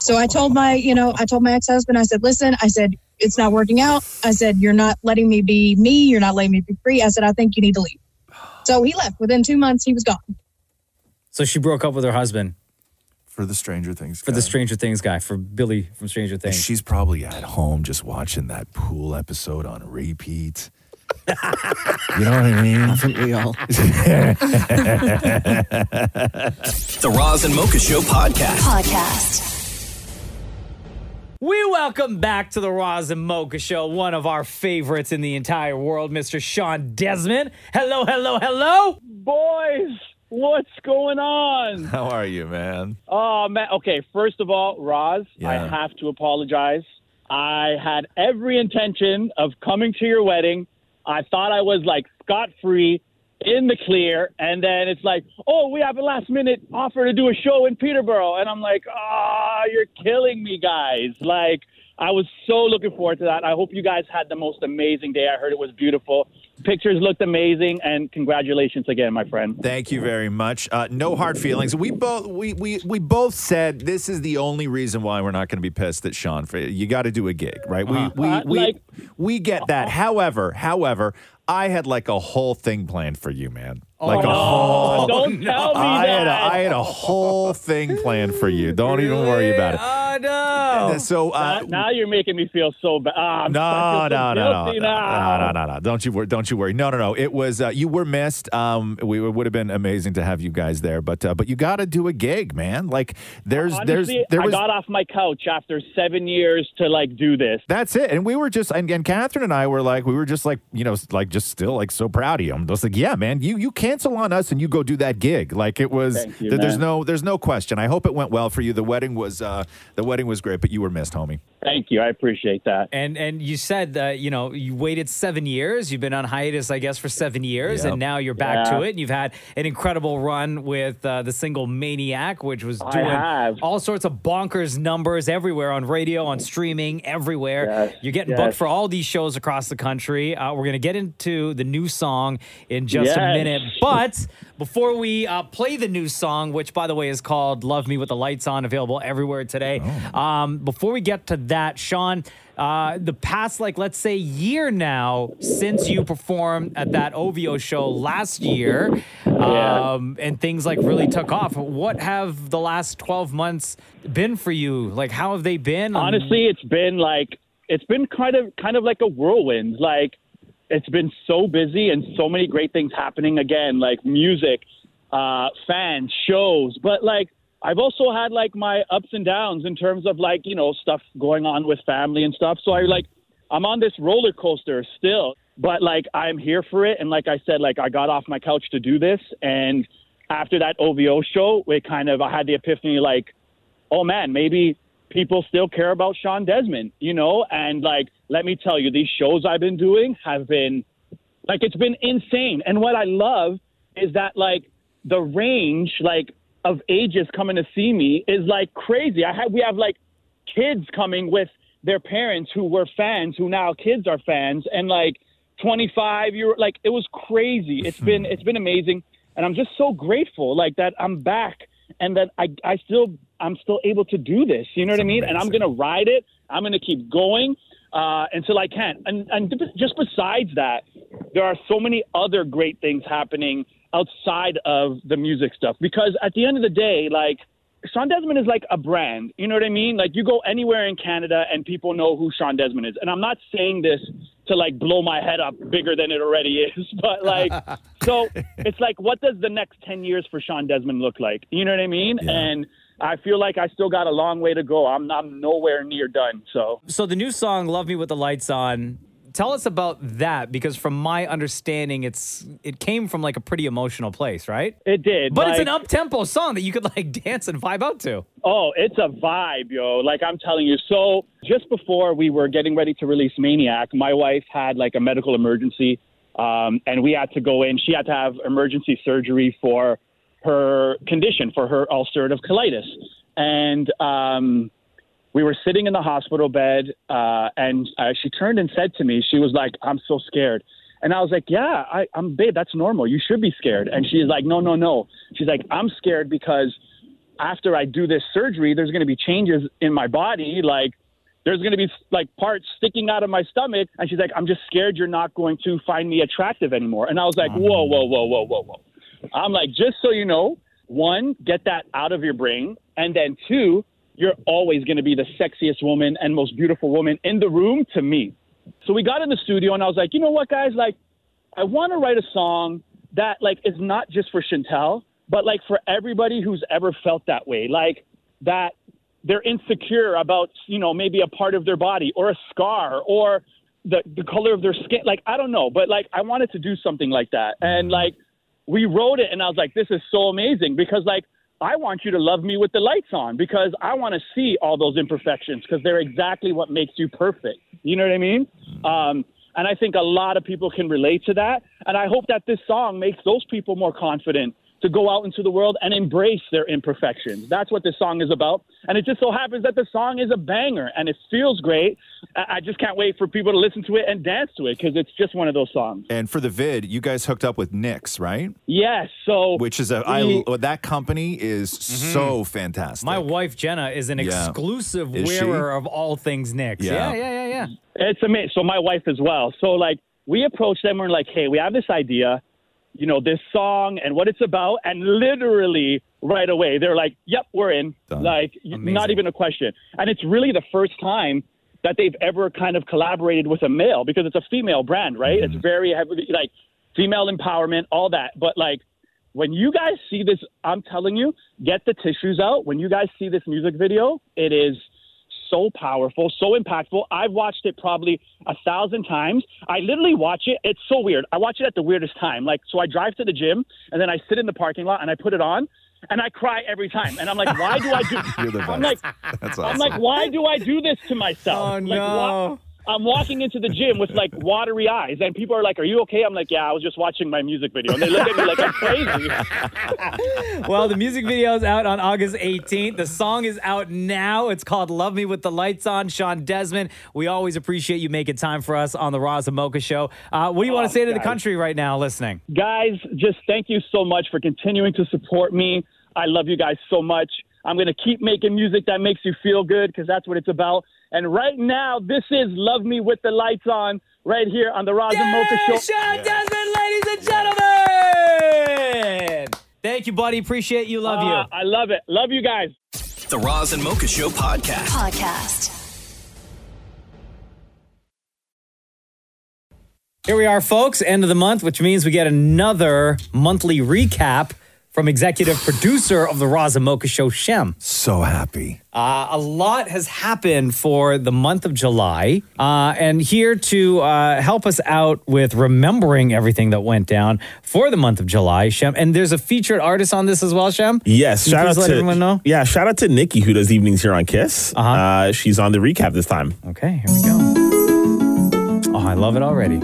So I told my, you know, I told my ex husband, I said, Listen, I said, it's not working out. I said, You're not letting me be me. You're not letting me be free. I said, I think you need to leave. So he left. Within two months, he was gone. So she broke up with her husband. For the Stranger Things For the Stranger Things guy, for Billy from Stranger Things. She's probably at home just watching that pool episode on repeat. you know what I mean? Haven't we all? The Roz and Mocha Show podcast. Podcast. We welcome back to the Roz and Mocha Show, one of our favorites in the entire world, Mr. Sean Desmond. Hello, hello, hello. Boys, what's going on? How are you, man? Oh, man. Okay, first of all, Roz, Yeah. I have to apologize. I had every intention of coming to your wedding. I thought I was like scot free in the clear. And then it's like, oh, we have a last minute offer to do a show in Peterborough. And I'm like, ah, you're killing me, guys. Like, I was so looking forward to that. I hope you guys had the most amazing day. I heard it was beautiful. Pictures looked amazing. And congratulations again, my friend. Thank you very much. Uh, no hard feelings. We both we, we we both said this is the only reason why we're not going to be pissed at Sean. For you got to do a gig, right? We Uh-huh. we Uh, we, like- we get that. However, however, I had like a whole thing planned for you, man. Like a Oh, no. whole. Don't tell me I had a, that. I had a whole thing planned for you. Don't even worry about it. Oh no! So uh, Ah, now, now you're making me feel so bad. Ah, I'm- No, I feel no, so no, no, guilty no, no, now. no, no. Don't you worry. Don't you worry. No, no, no. It was uh, you were missed. Um, we it would have been amazing to have you guys there, but uh, but you got to do a gig, man. Like there's Honestly, there's there I was got off my couch after seven years to like do this. that's it. And we were just and, and Catherine and I were like we were just like you know like just still like so proud of you. I'm just like yeah, man. You you cancel on us and you go do that gig. Like it was. Thank you, there- there's man. no there's no question. I hope it went well for you. The wedding was uh the wedding was great, but you were missed, homie. Thank you. I appreciate that. And and you said that you know you waited seven years. You've been on hiatus, I guess, for seven years, Yep. and now you're back Yeah. to it. And you've had an incredible run with uh, the single "Maniac," which was I doing have. all sorts of bonkers numbers everywhere on radio, on streaming, everywhere. Yes, you're getting yes. booked for all these shows across the country. Uh, we're gonna get into the new song in just a Yes. minute, but before we uh, play the new song, which by the way is called "Love Me with the Lights On," available everywhere today. Um, before we get to that, Sean, uh, the past like let's say year now since you performed at that OVO show last year, Yeah. um, and things like really took off. What have the last twelve months been for you? Like how have they been? Honestly, it's been like it's been kind of kind of like a whirlwind. Like it's been so busy and so many great things happening again, like music, uh, fans, shows. But like, I've also had like my ups and downs in terms of like, you know, stuff going on with family and stuff. So I like, I'm on this roller coaster still, but like, I'm here for it. And like I said, like, I got off my couch to do this. And after that OVO show, it kind of, I had the epiphany like, oh man, maybe people still care about Sean Desmond, you know? And like, let me tell you, these shows I've been doing have been like, it's been insane. And what I love is that like the range, like, of ages coming to see me is like crazy. I have, we have like kids coming with their parents who were fans, who now kids are fans, and like 25 year, like, it was crazy. It's been, it's been amazing. And I'm just so grateful, like, that I'm back and that I, I still I'm still able to do this. You know what I mean? And I'm going to ride it. I'm going to keep going uh, until I can. And, and just besides that, there are so many other great things happening outside of the music stuff. Because at the end of the day, like Sean Desmond is like a brand. You know what I mean? Like you go anywhere in Canada and people know who Sean Desmond is. And I'm not saying this to like blow my head up bigger than it already is, but like, so it's like, what does the next 10 years for Sean Desmond look like? You know what I mean? And I feel like I still got a long way to go. I'm, I'm nowhere near done. So So the new song "Love Me with the Lights On." Tell us about that because, from my understanding, it's it came from like a pretty emotional place, right? It did, but it's an like- up tempo song that you could like dance and vibe out to. Oh, it's a vibe, yo. Like I'm telling you. So just before we were getting ready to release Maniac, my wife had like a medical emergency, um, and we had to go in. She had to have emergency surgery for her condition, for her ulcerative colitis, and um, we were sitting in the hospital bed, uh, and uh, she turned and said to me, she was like, "I'm so scared." And I was like, "Yeah, I, I'm babe. That's normal. You should be scared." And she's like, "No, no, no." She's like, "I'm scared because." after I do this surgery, there's going to be changes in my body. Like, there's going to be like parts sticking out of my stomach. And she's like, I'm just scared you're not going to find me attractive anymore. And I was like, whoa, whoa, whoa, whoa, whoa, whoa. I'm like, just so you know, one, get that out of your brain. And then two, you're always going to be the sexiest woman and most beautiful woman in the room to me. So we got in the studio and I was like, you know what, guys? Like, I want to write a song that like is not just for Chantel, but like for everybody who's ever felt that way, like that they're insecure about you know maybe a part of their body or a scar or the the color of their skin. Like I don't know, but like I wanted to do something like that, and like we wrote it, and I was like, this is so amazing because like. I want you to love me with the lights on because I want to see all those imperfections because they're exactly what makes you perfect. You know what I mean? Um, and I think a lot of people can relate to that. And I hope that this song makes those people more confident to go out into the world and embrace their imperfections. That's what this song is about. And it just so happens that the song is a banger and it feels great. I I just can't wait for people to listen to it and dance to it because it's just one of those songs. And for the vid, you guys hooked up with Nix, right? Yes. So Which is a I we- oh, that company is so fantastic. My wife Jenna is Mm-hmm. an Yeah. exclusive Is she? wearer of all things Nick's. Yeah. Yeah, yeah, yeah, yeah. It's amazing. So my wife as well. So like we approached them and we're like, hey, we have this idea, you know, this song and what it's about, and literally right away they're like, yep, we're in. Like y- not even a question. And it's really the first time that they've ever kind of collaborated with a male because it's a female brand, right? It's very heavily like female empowerment, all that. But like when you guys see this, I'm telling you, get the tissues out. When you guys see this music video, it is so powerful, so impactful. I've watched it probably a thousand times. I literally watch it. It's so weird. I watch it at the weirdest time. Like, so I drive to the gym and then I sit in the parking lot and I put it on and I cry every time. And I'm like, why do I do? You're the I'm like, best. That's awesome. I'm like, why do I do this to myself? Oh, like, no. why- I'm walking into the gym with like watery eyes, and people are like, "Are you okay?" I'm like, "Yeah, I was just watching my music video," and they look at me like I'm crazy. well, the music video is out on August 18th. The song is out now. It's called Love Me With the Lights On, Sean Desmond. We always appreciate you making time for us on the Roz and Mocha Show. Uh, what do you want to say to the Oh, guys. country right now listening? guys, just thank you so much for continuing to support me. I love you guys so much. I'm going to keep making music that makes you feel good because that's what it's about. And right now, this is Love Me With the Lights On right here on the Roz and Mocha Show. Sean Desmond, ladies and gentlemen! Thank you, buddy. Appreciate you. Love Ah, you. I love it. Love you guys. The Roz and Mocha Show podcast. Podcast. Here we are, folks, end of the month, which means we get another monthly recap from executive producer of the Raza Mocha Show, Shem. So happy. Uh, a lot has happened for the month of July. Uh, and here to uh, help us out with remembering everything that went down for the month of July, Shem. And there's a featured artist on this as well, Shem. Yes, Can you shout out please to let everyone know. yeah, shout out to Nikki who does evenings here on Kiss. Uh-huh. she's on the recap this time. Okay, here we go. Oh, I love it already.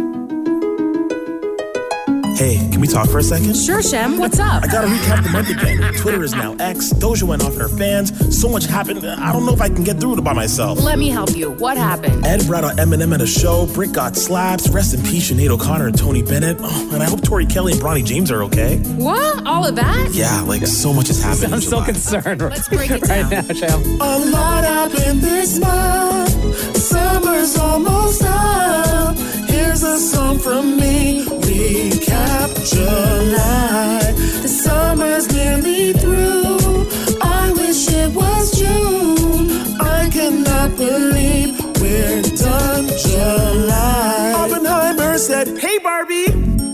Hey, can we talk for a second? Sure, Shem. What's up? I gotta recap the month again. Twitter is now X. Doja went off her fans. So much happened. I don't know if I can get through it by myself. Let me help you. What happened? Ed brought out Eminem at a show. Brick got slaps. Rest in peace, Sinead O'Connor and Tony Bennett. Oh, and I hope Tori Kelly and Bronny James are okay. What? All of that? Yeah, like so much has happened. I'm so concerned. Let's break it down. right now, Shem. A lot happened this month. Summer's almost up. Here's a song from me. Recap July. The summer's nearly through. I wish it was June. I cannot believe we're done July. Oppenheimer said, Hey, Barbie.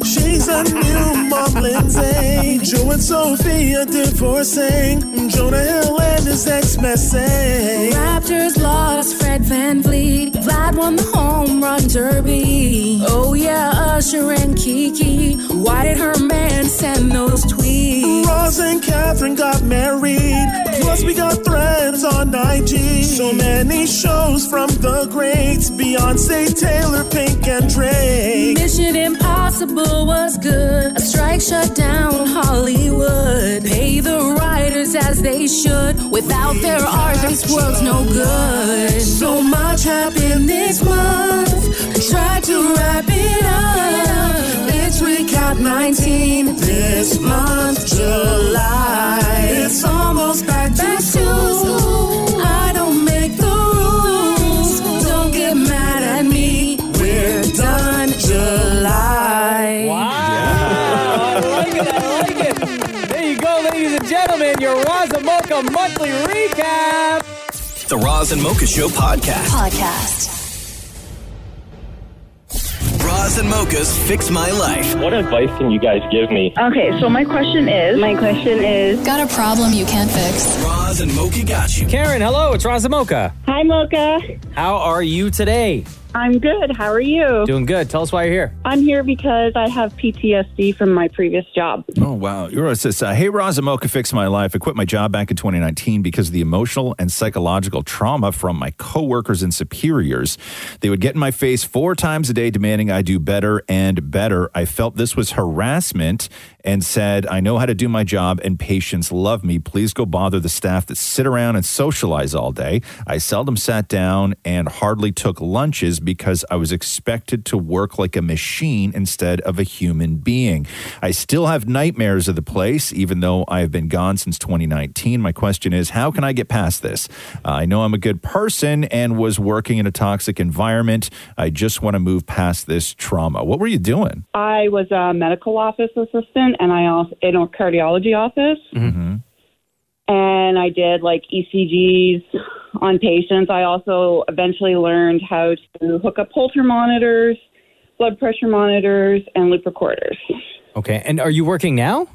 She's a new mom, Lindsay. Joe and Sophia divorcing. Jonah Hill and his ex messing. Raptors lost Fred Van Vliet. Vlad won the home run derby. Oh, yeah, Usher and Kiki. Why did her man send those tweets? Ross and Catherine got married. Plus, we got threads on IG. So many shows from the greats Beyonce, Taylor, Pink, and Drake. Mission Impossible was good. A strike shut down Hollywood. Pay the writers as they should. Without their art, this world's no good. So much happened this month. Try to wrap it up. Let's recap 19 this month, July. It's almost back to school. I don't make the rules. Don't get mad at me. We're done July. Wow. I like it. I like it. There you go, ladies and gentlemen, your Raza Mocha monthly recap. The Roz and Mocha Show podcast. Podcast. Roz and Mocha's Fix My Life. What advice can you guys give me? Okay, so my question is. My question is. Got a problem you can't fix? Roz and Mocha got you. Karen, hello, it's Raza Mocha. Hi, Mocha. How are you today? I'm good. How are you? Doing good. Tell us why you're here. I'm here because I have PTSD from my previous job. Oh, wow. You're a sis. Uh, hey, Razamoka fixed my life. I quit my job back in 2019 because of the emotional and psychological trauma from my coworkers and superiors. They would get in my face four times a day demanding I do better and better. I felt this was harassment and said, I know how to do my job and patients love me. Please go bother the staff that sit around and socialize all day. I seldom sat down and hardly took lunches because I was expected to work like a machine instead of a human being. I still have nightmares of the place, even though I have been gone since 2019. My question is, how can I get past this? Uh, I know I'm a good person and was working in a toxic environment. I just want to move past this trauma. What were you doing? I was a medical office assistant and I also in a cardiology office Mm-hmm. and I did like ECGs on patients. I also eventually learned how to hook up Holter monitors, blood pressure monitors, and loop recorders. Okay, and are you working now?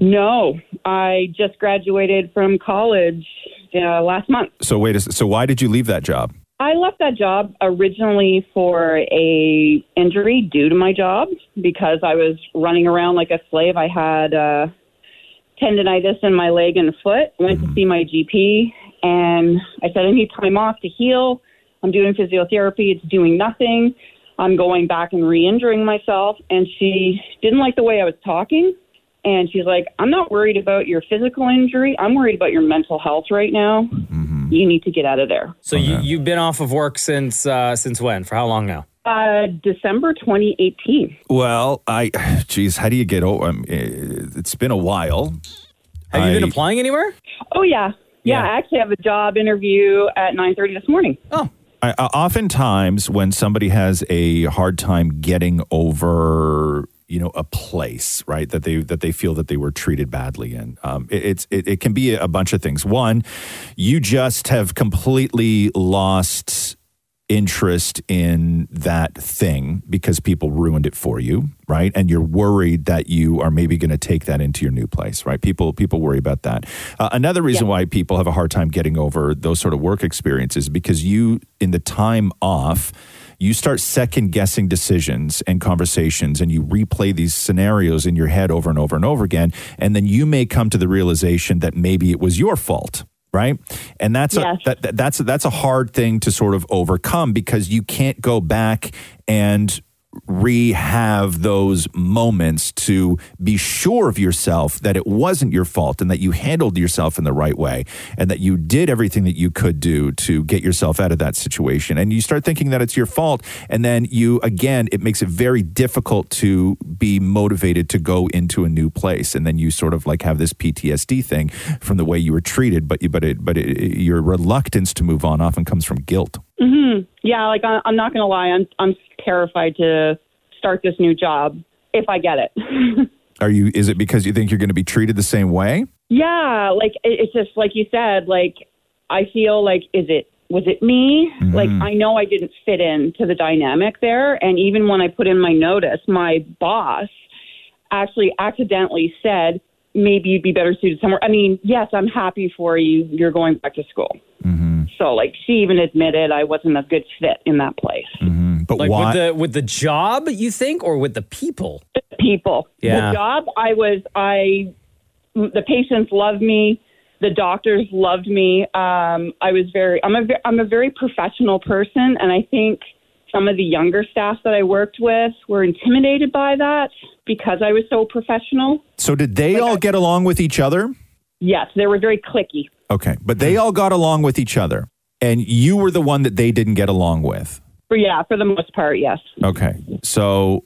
No, I just graduated from college uh, last month. So wait a s- so why did you leave that job? I left that job originally for a injury due to my job because I was running around like a slave. I had uh, tendonitis in my leg and foot. Went to see my GP, and I said I need time off to heal. I'm doing physiotherapy. It's doing nothing. I'm going back and re-injuring myself. And she didn't like the way I was talking, and she's like, "I'm not worried about your physical injury. I'm worried about your mental health right now. You need to get out of there." Oh, So you, you've been off of work since uh, since when? For how long now? Uh, December 2018. Well, I, geez, how do you get over? Um, it's been a while. Have you been applying anywhere? Oh yeah. yeah, I actually have a job interview at 9:30 this morning. Oh, I, I- oftentimes, when somebody has a hard time getting over, you know, a place, right, that they that they feel that they were treated badly in, um, it, it's it, it can be a bunch of things. One, you just have completely lost interest in that thing because people ruined it for you, right? And you're worried that you are maybe going to take that into your new place, right? People people worry about that. Uh, another reason why people have a hard time getting over those sort of work experiences because you in the time off you start second guessing decisions and conversations and you replay these scenarios in your head over and over and over again and then you may come to the realization that maybe it was your fault right and that's Yes. a, that, that- that's that's a hard thing to sort of overcome because you can't go back and rehave those moments to be sure of yourself that it wasn't your fault and that you handled yourself in the right way and that you did everything that you could do to get yourself out of that situation and you start thinking that it's your fault and then you again it makes it very difficult to be motivated to go into a new place and then you sort of like have this PTSD thing from the way you were treated but you but it but it, your reluctance to move on often comes from guilt hmm Yeah, like I, I'm not gonna lie, I'm I'm terrified to start this new job if I get it. Are you? Is it because you think you're going to be treated the same way? yeah, like it, it's just like you said, like I feel like is it was it me? Like I know I didn't fit into the dynamic there, and even when I put in my notice, my boss actually accidentally said maybe you'd be better suited somewhere. I mean, yes, I'm happy for you. You're going back to school. So like she even admitted I wasn't a good fit in that place. But like why- with the with the job, you think, or with the people? people. Yeah. The job I was, I, the patients loved me. The doctors loved me. Um, I was very, I'm a, ve- I'm a very professional person, and I think some of the younger staff that I worked with were intimidated by that because I was so professional. So did they all get along with each other? Yes, they were very clicky. Okay, but they all got along with each other, and you were the one that they didn't get along with. For yeah, for the most part, yes. Okay, so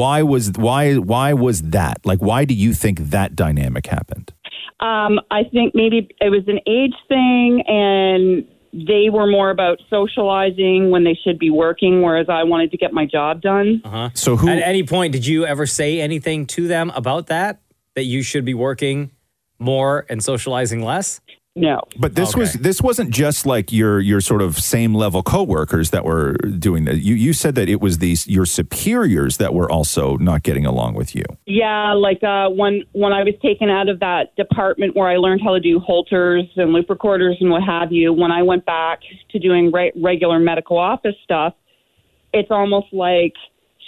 why was why why was that? Like, why do you think that dynamic happened? Um, I think maybe it was an age thing, and they were more about socializing when they should be working, whereas I wanted to get my job done. Uh-huh. So who- at any point did you ever say anything to them about that that you should be working more and socializing less? No. But this was this wasn't just like your your sort of same level coworkers that were doing that. You you said that it was these your superiors that were also not getting along with you. Yeah, like uh, when when I was taken out of that department where I learned how to do halters and loop recorders and what have you, when I went back to doing re- regular medical office stuff, it's almost like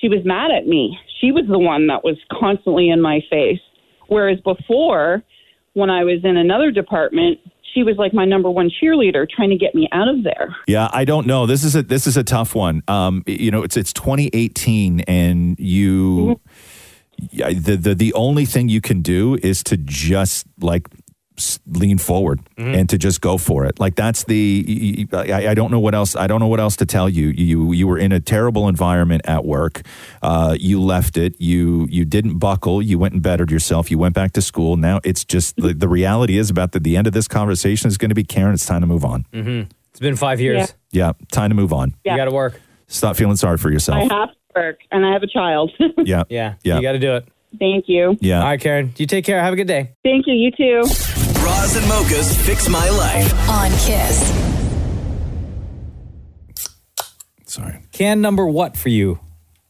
she was mad at me. She was the one that was constantly in my face. Whereas before, when I was in another department, she was like my number one cheerleader, trying to get me out of there. Yeah, I don't know. This is a this is a tough one. Um, you know, it's it's 2018, and you, yeah, the the the only thing you can do is to just like s- lean forward and to just go for it. Like that's the y- y- I, I don't know what else I don't know what else to tell you. You you were in a terrible environment at work. Uh, you left it. You you didn't buckle. You went and bettered yourself. You went back to school. Now it's just the, the reality is about the, the end of this conversation is going to be Karen. It's time to move on. Mm-hmm. It's been five years. Yeah, time to move on. Yeah. You got to work. Stop feeling sorry for I yourself. have to work, and I have a child. Yeah. Yeah. Yeah. You got to do it. Thank you. Yeah. All right, Karen. You take care. Have a good day. Thank you. You too. Roz and Mocha's Fix My Life. on Kiss. Sorry. Can number what for you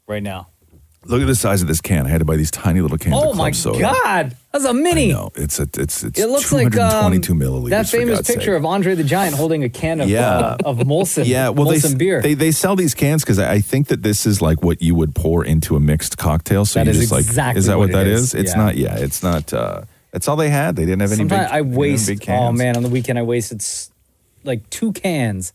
right now? Look at the size of this can. I had to buy these tiny little cans oh of my club soda. God, that's a mini. No, it's a, it's it's It looks like um, 222 milliliters. that for famous God's picture sake. of Andre the Giant holding a can of uh, Yeah. of Molson. yeah, well, they, Molson beer. they they sell these cans because I, I think that this is like what you would pour into a mixed cocktail. So That you is just like, exactly is that what, what it that is. is? It's Yeah. not. Yeah, it's not. uh That's all they had. They didn't have any. Sometimes big, I they didn't have waste. Big cans. oh man, on the weekend I wasted s- like two cans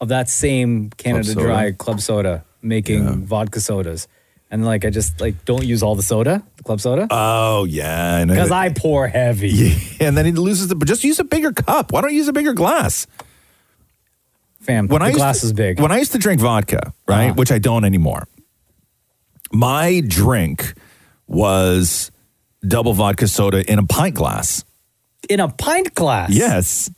of that same Canada soda. Dry club soda, making vodka sodas, and like I just like don't use all the soda, the club soda. Oh yeah, and because I pour heavy. and then he loses the. But just use a bigger cup. Why don't you use a bigger glass? Fam, when the I used glass to, is big. Uh-huh. When I used to drink vodka, right, which I don't anymore, my drink was double vodka soda in a pint glass. In a pint glass. Yes,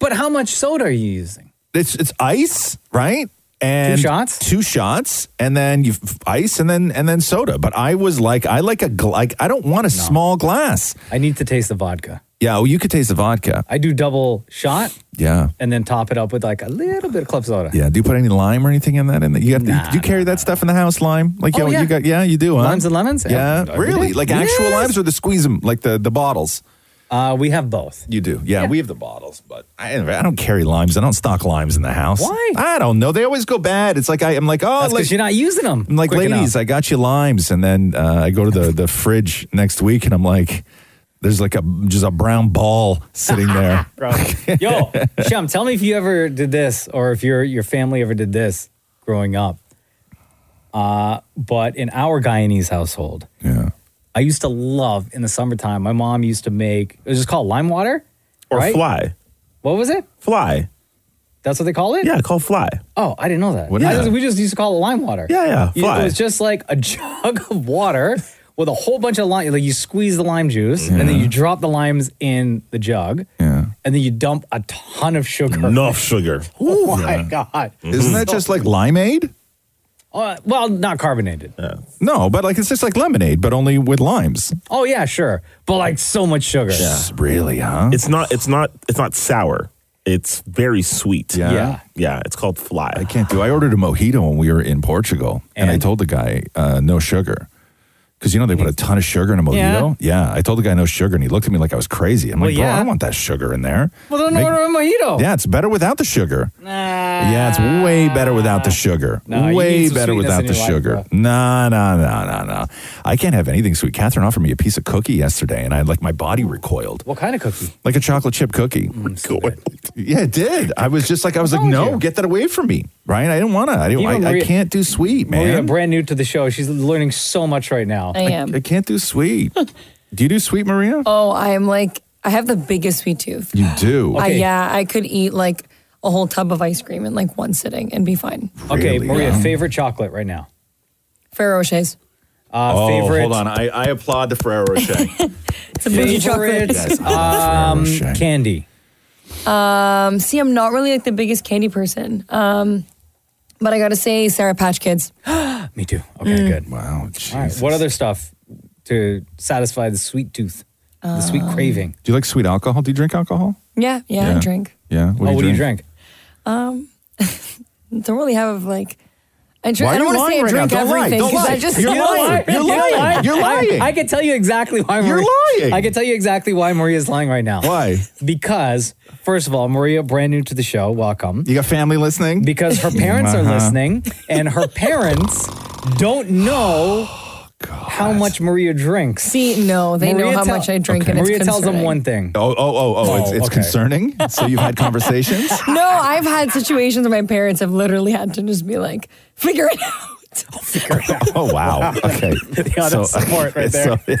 But how much soda are you using? it's it's ice, right? And Two shots? two shots, and then you f- ice, and then and then soda. But I was like, I like a gl- like I don't want a small glass. I need to taste the vodka. Yeah, well, you could taste the vodka. I do double shot Yeah. and then top it up with like a little bit of club soda. Yeah. Do you put any lime or anything in that? In the, you have to, do you carry that stuff in the house? Lime? Like Oh, yeah, yeah. you got yeah, you do. Huh? Limes and lemons? Yeah. Yeah. Really? Like actual Yes. limes or the squeeze them like the the bottles? Uh, we have both. You do. Yeah, we have the bottles, but I, I don't carry limes. I don't stock limes in the house. Why? I don't know. They always go bad. It's like I, I'm like, oh, That's 'cause like, you're not using 'em I'm like, quick ladies, enough." I got you limes, and then uh, I go to the the fridge next week, and I'm like, there's like a just a brown ball sitting there. Bro. Yo, Shem, tell me if you ever did this or if your your family ever did this growing up. Uh, but in our Guyanese household, yeah, I used to love in the summertime. My mom used to make it was just called lime water Or right? fly. What was it? Fly. That's what they call it. Yeah, called fly. Oh, I didn't know that. What is I that? just- we just used to call it lime water. Yeah, yeah, You- fly. It was just like a jug of water with a whole bunch of lime. Like you squeeze the lime juice and then you drop the limes in the jug. Yeah. And then you dump a ton of sugar. Enough sugar. Oh my Yeah. god! Isn't that just like limeade? Uh, well, not carbonated. No, but like it's just like lemonade, but only with limes. Oh yeah, sure, but like so much sugar. Really, huh? It's not it's not it's not sour. It's very sweet. Yeah. Yeah. Yeah, it's called fly. I can't do. I ordered a mojito when we were in Portugal, and, I told the guy uh, no sugar. Because you know they put a ton of sugar in a mojito. Yeah. I told the guy no sugar, and he looked at me like I was crazy. I'm Well, like, bro, yeah. Oh. I don't want that sugar in there. Well, then Make- order a mojito. Yeah, it's better without the sugar. Yeah, it's way better without the sugar. No, you need way some better sweetness without in the your life, sugar. No, no, no, no, no. I can't have anything sweet. Catherine offered me a piece of cookie yesterday, and I like my body recoiled. What kind of cookie? Like a chocolate chip cookie. Mm, yeah, it did. I was just like, I was like, no, get that away from me, Ryan. I didn't want to. I, didn't, You know, I, Maria- I can't do sweet, man. Maria, brand new to the show. She's learning so much right now. I am. I can't do sweet. do you do sweet, Maria? Oh, I am like I have the biggest sweet tooth. You do. I, yeah, I could eat like a whole tub of ice cream in like one sitting and be fine. Okay, Maria, Um, favorite chocolate right now. Ferrero Rocher's. Uh, oh, favorite. hold on. I, I applaud the Ferrero Rocher. It's a bougie chocolate. Favorite, Yes, I um, candy. Um, see, I'm not really like the biggest candy person. Um, but I gotta say, Sarah Patch Kids. Me too. Okay, Mm. good. Wow. All right. What other stuff to satisfy the sweet tooth, the sweet Um, craving? Do you like sweet alcohol? Do you drink alcohol? Yeah, yeah, Yeah. I drink. Yeah. oh, what do you drink? Um, don't really have like. I, drink, Why I are don't you want to say I lying right drink now? Don't lie, everything don't because lie. I just You're You know lying. what? You're You know lying. what? You're lying. I can tell you exactly why Maria. You're lying. I can tell you exactly why Maria's lying right now. Why? Because first of all, Maria, brand new to the show, welcome. You got family listening? Because her parents are Uh-huh. listening, and her parents don't know how much Maria drinks. See, no, they know how much I drink, and it's Maria tells them concerning. one thing. Oh, oh, oh, oh. it's Oh, it's okay. concerning. So you've had conversations? No, I've had situations where my parents have literally had to just be like, figure it out. Oh wow. Okay. Yeah, that's support right there. yeah.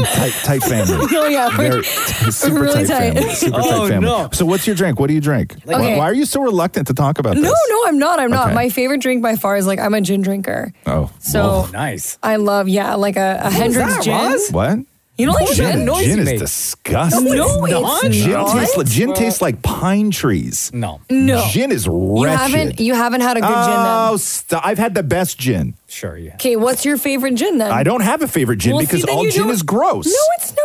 Tight, tight family. Oh, yeah, we're- Very- we're super really tight, tight. family. Super Oh, tight family. no. So what's your drink? What do you drink? Like- why, Okay. why are you so reluctant to talk about No, this? no, I'm not. I'm not. Okay. My favorite drink by far is like I'm a gin drinker. Oh. So- whoa. nice. I love, yeah, like a, a What was Hendrix that, gin. Roz? What? You don't like gin? Gin, Noise you gin is make. disgusting. No, it's not. Gin, not. Tastes, like- gin tastes like pine trees. No. No. Gin is You wretched. haven't. You haven't had a good gin. Then. oh, st- I've had the best gin. Sure, yeah. Okay, what's your favorite gin then? I don't have a favorite gin Well, see, because then all you gin don't- is gross. No, it's not.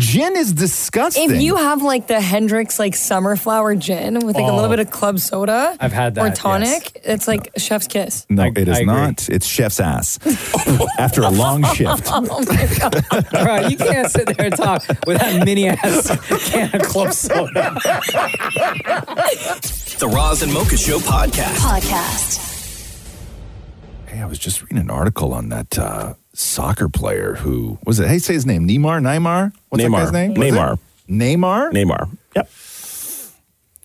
Gin is disgusting. If you have like the Hendrix like summer flower gin with like a Oh. little bit of club soda, I've had or that, tonic, it's like chef's kiss. no, it is I agree. not. It's chef's ass after a long shift. Oh my god! Bro, you can't sit there and talk with that mini ass can of club soda. The Roz and Mocha Show podcast. Podcast. Hey, I was just reading an article on that uh, soccer player who was it? Hey, say his name. Neymar. Neymar. What's Neymar. that guy's name? Neymar. Neymar. Neymar. Yep.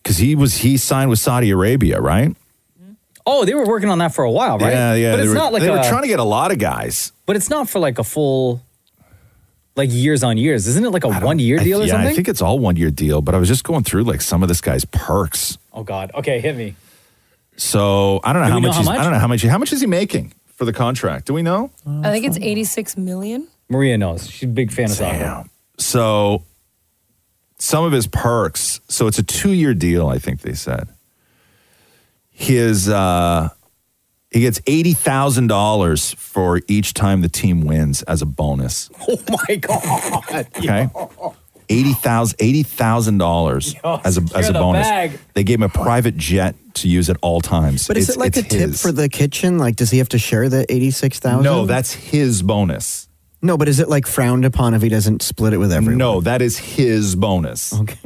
Because he was he signed with Saudi Arabia, right? Oh, they were working on that for a while, Oh, right? Yeah, yeah. But it's they were, not like they a, were trying to get a lot of guys. But it's not for like a full, like years on years. Isn't it like a one year deal or yeah, something? I think it's all one year deal. But I was just going through like some of this guy's perks. oh God. Okay, hit me. So I don't know Do how we know much. how he's, much? I don't know how much. How much is he making for the contract? Do we know? I think it's 86 million. Maria knows. She's a big fan of soccer. So some of his perks. So it's a two year deal, I think they said. His uh, He gets eighty thousand dollars for each time the team wins as a bonus. Oh my god. Okay. Eighty thousand eighty thousand dollars Yo, as a as secure the a bonus. bag. They gave him a private jet to use at all times. But is It's- it like a it's tip his. for the kitchen? Like, does he have to share the eighty-six thousand? No, that's his bonus. No, but is it like frowned upon if he doesn't split it with everyone? No, Oh, that is his bonus. Okay.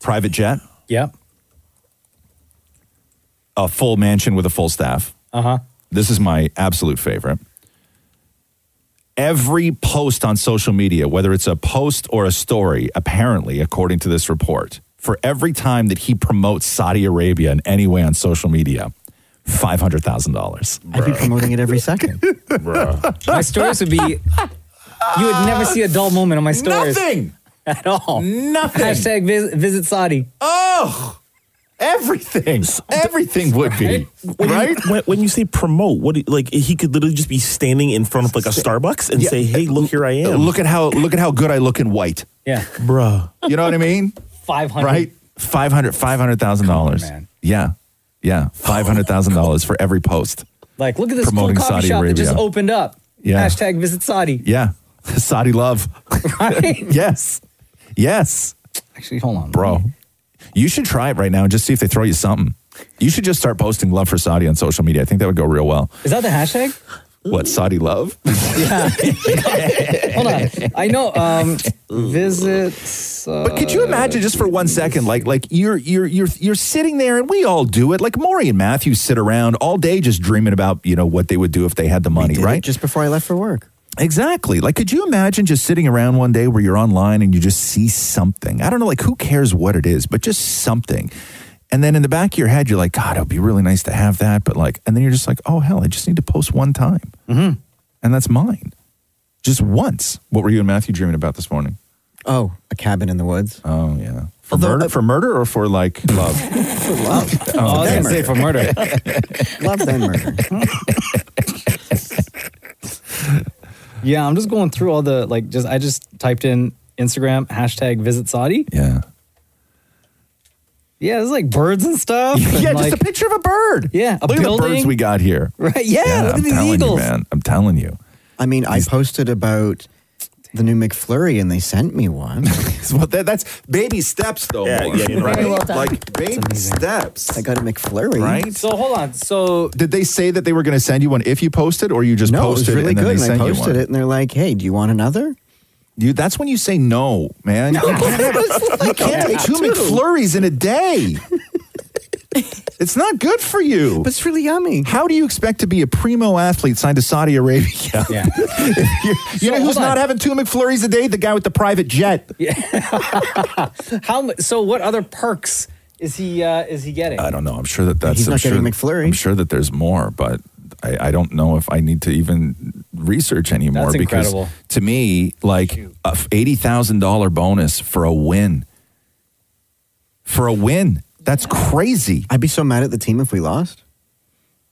Private jet, Yeah. a full mansion with a full staff. Uh huh. This is my absolute favorite. Every post on social media, whether it's a post or a story, apparently, according to this report, for every time that he promotes Saudi Arabia in any way on social media, $500,000. I'd be promoting it every second. My stories would be. You would never see a dull moment on my stories. Nothing. At all. Nothing. Hashtag visit, visit Saudi. Oh. Everything. Everything would be right. When, when you say promote, what do you- like he could literally just be standing in front of like a Starbucks and Yeah. say, "Hey, look here I am." Look at how look at how good I look in white. Yeah. Bruh. You know what I mean? 500. Right? Five hundred five hundred thousand dollars. Yeah. Yeah. Five hundred thousand dollars for every post. Like, look at this cool Promoting coffee Saudi shop that just Arabia. opened up. Yeah. Hashtag visit Saudi. Yeah. Saudi love. Right? yes. Yes. Actually, hold on. Bro. You should try it right now and just see if they throw you something. You should just start posting love for Saudi on social media. I think that would go real well. Is that the hashtag? What, Saudi love? Hold on. I know. Um, uh, visit. Saudi. But could you imagine just for one second, like like you're you're you're you're sitting there, and we all do it. Like Maury and Matthew sit around all day just dreaming about you know what they would do if they had the money, Did it right? Just before I left for work. Exactly. Like, could you imagine just sitting around one day where you're online and you just see something? I don't know, like who cares what it is, but just something. And then in the back of your head, you're like, God, it would be really nice to have that. But like, and then you're just like, oh hell, I just need to post one time, mm-hmm. and that's mine, just once. What were you and Matthew dreaming about this morning? Oh, a cabin in the woods. uh, Oh yeah. For murder, for murder, or for like love? For love. Oh, I was gonna say for murder. love then murder. Yeah, I'm just going through all the like. Just I just typed in Instagram hashtag visit Saudi. Yeah. Yeah, there's like birds and stuff. yeah, and, just like, a picture of a bird. Yeah, a look at the birds building. we got here. Right, yeah, look at I'm these telling eagles. You, man, I'm telling you. I mean, I posted about the new McFlurry and they sent me one. well, that, that's baby steps, though. Yeah, Maury, yeah, you know. right? Very well done. Like baby steps. I got a McFlurry. Right? So hold on. So Did they say that they were going to send you one if you posted, or you just no, it posted was really and then good. they And I sent you posted one? it and they're like, hey, do you want another? You, that's when you say no, man. You can't, you can't take two McFlurries in a day. it's not good for you. But it's really yummy. How do you expect to be a primo athlete signed to Saudi Arabia? Yeah. you know hold who's on. not having two McFlurries a day? The guy with the private jet. how? mu- So what other perks is he uh, is he getting? I don't know. I'm sure that that's. He's I'm not sure, getting McFlurry. I'm sure that there's more, but I, I don't know if I need to even research anymore That's because incredible. to me, like a eighty thousand dollar bonus for a win. For a win, that's crazy. I'd be so mad at the team if we lost.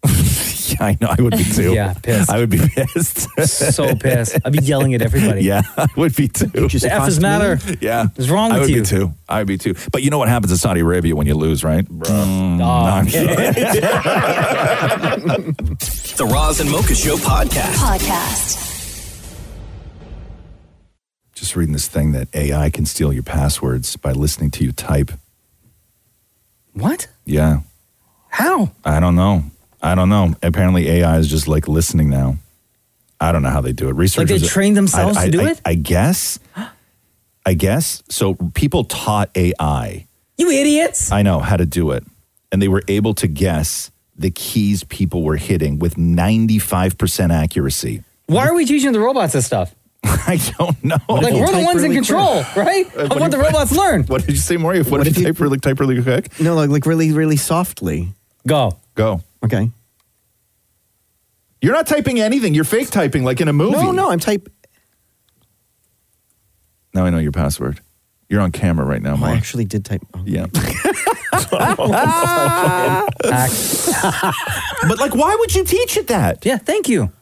Yeah, I know. I would be too. Yeah, pissed. I would be pissed. so pissed. I'd be yelling at everybody. Yeah, I would be too. just The F is cost me. matter. Yeah, What's wrong I with would you? Be too. I would be too. But you know what happens in Saudi Arabia when you lose, right? Mm, Bro. The Roz and Mocha Show podcast. Podcast. just reading this thing that AI can steal your passwords by listening to you type. What? Yeah, How? I don't know. I don't know. Apparently, AI is just like listening now. I don't know how they do it. Researchers trained themselves I- to I- do I- it? I guess. I guess so. People taught AI. You idiots. I know how to do it, and they were able to guess the keys people were hitting with ninety-five percent accuracy. Why are we teaching the robots this stuff? I don't know. Like we're the ones in control, right? Uh, Of what what do the you- robots learn. What did you say, Maury? What, did you type really, type really quick? No, like, like really, really softly. Go. Go. Okay. You're not typing anything. You're fake typing like in a movie. No, no, I'm type. Now I know your password. You're on camera right now, I Maury. actually did type. Oh, Yeah. but like, why would you teach it that? Yeah, thank you.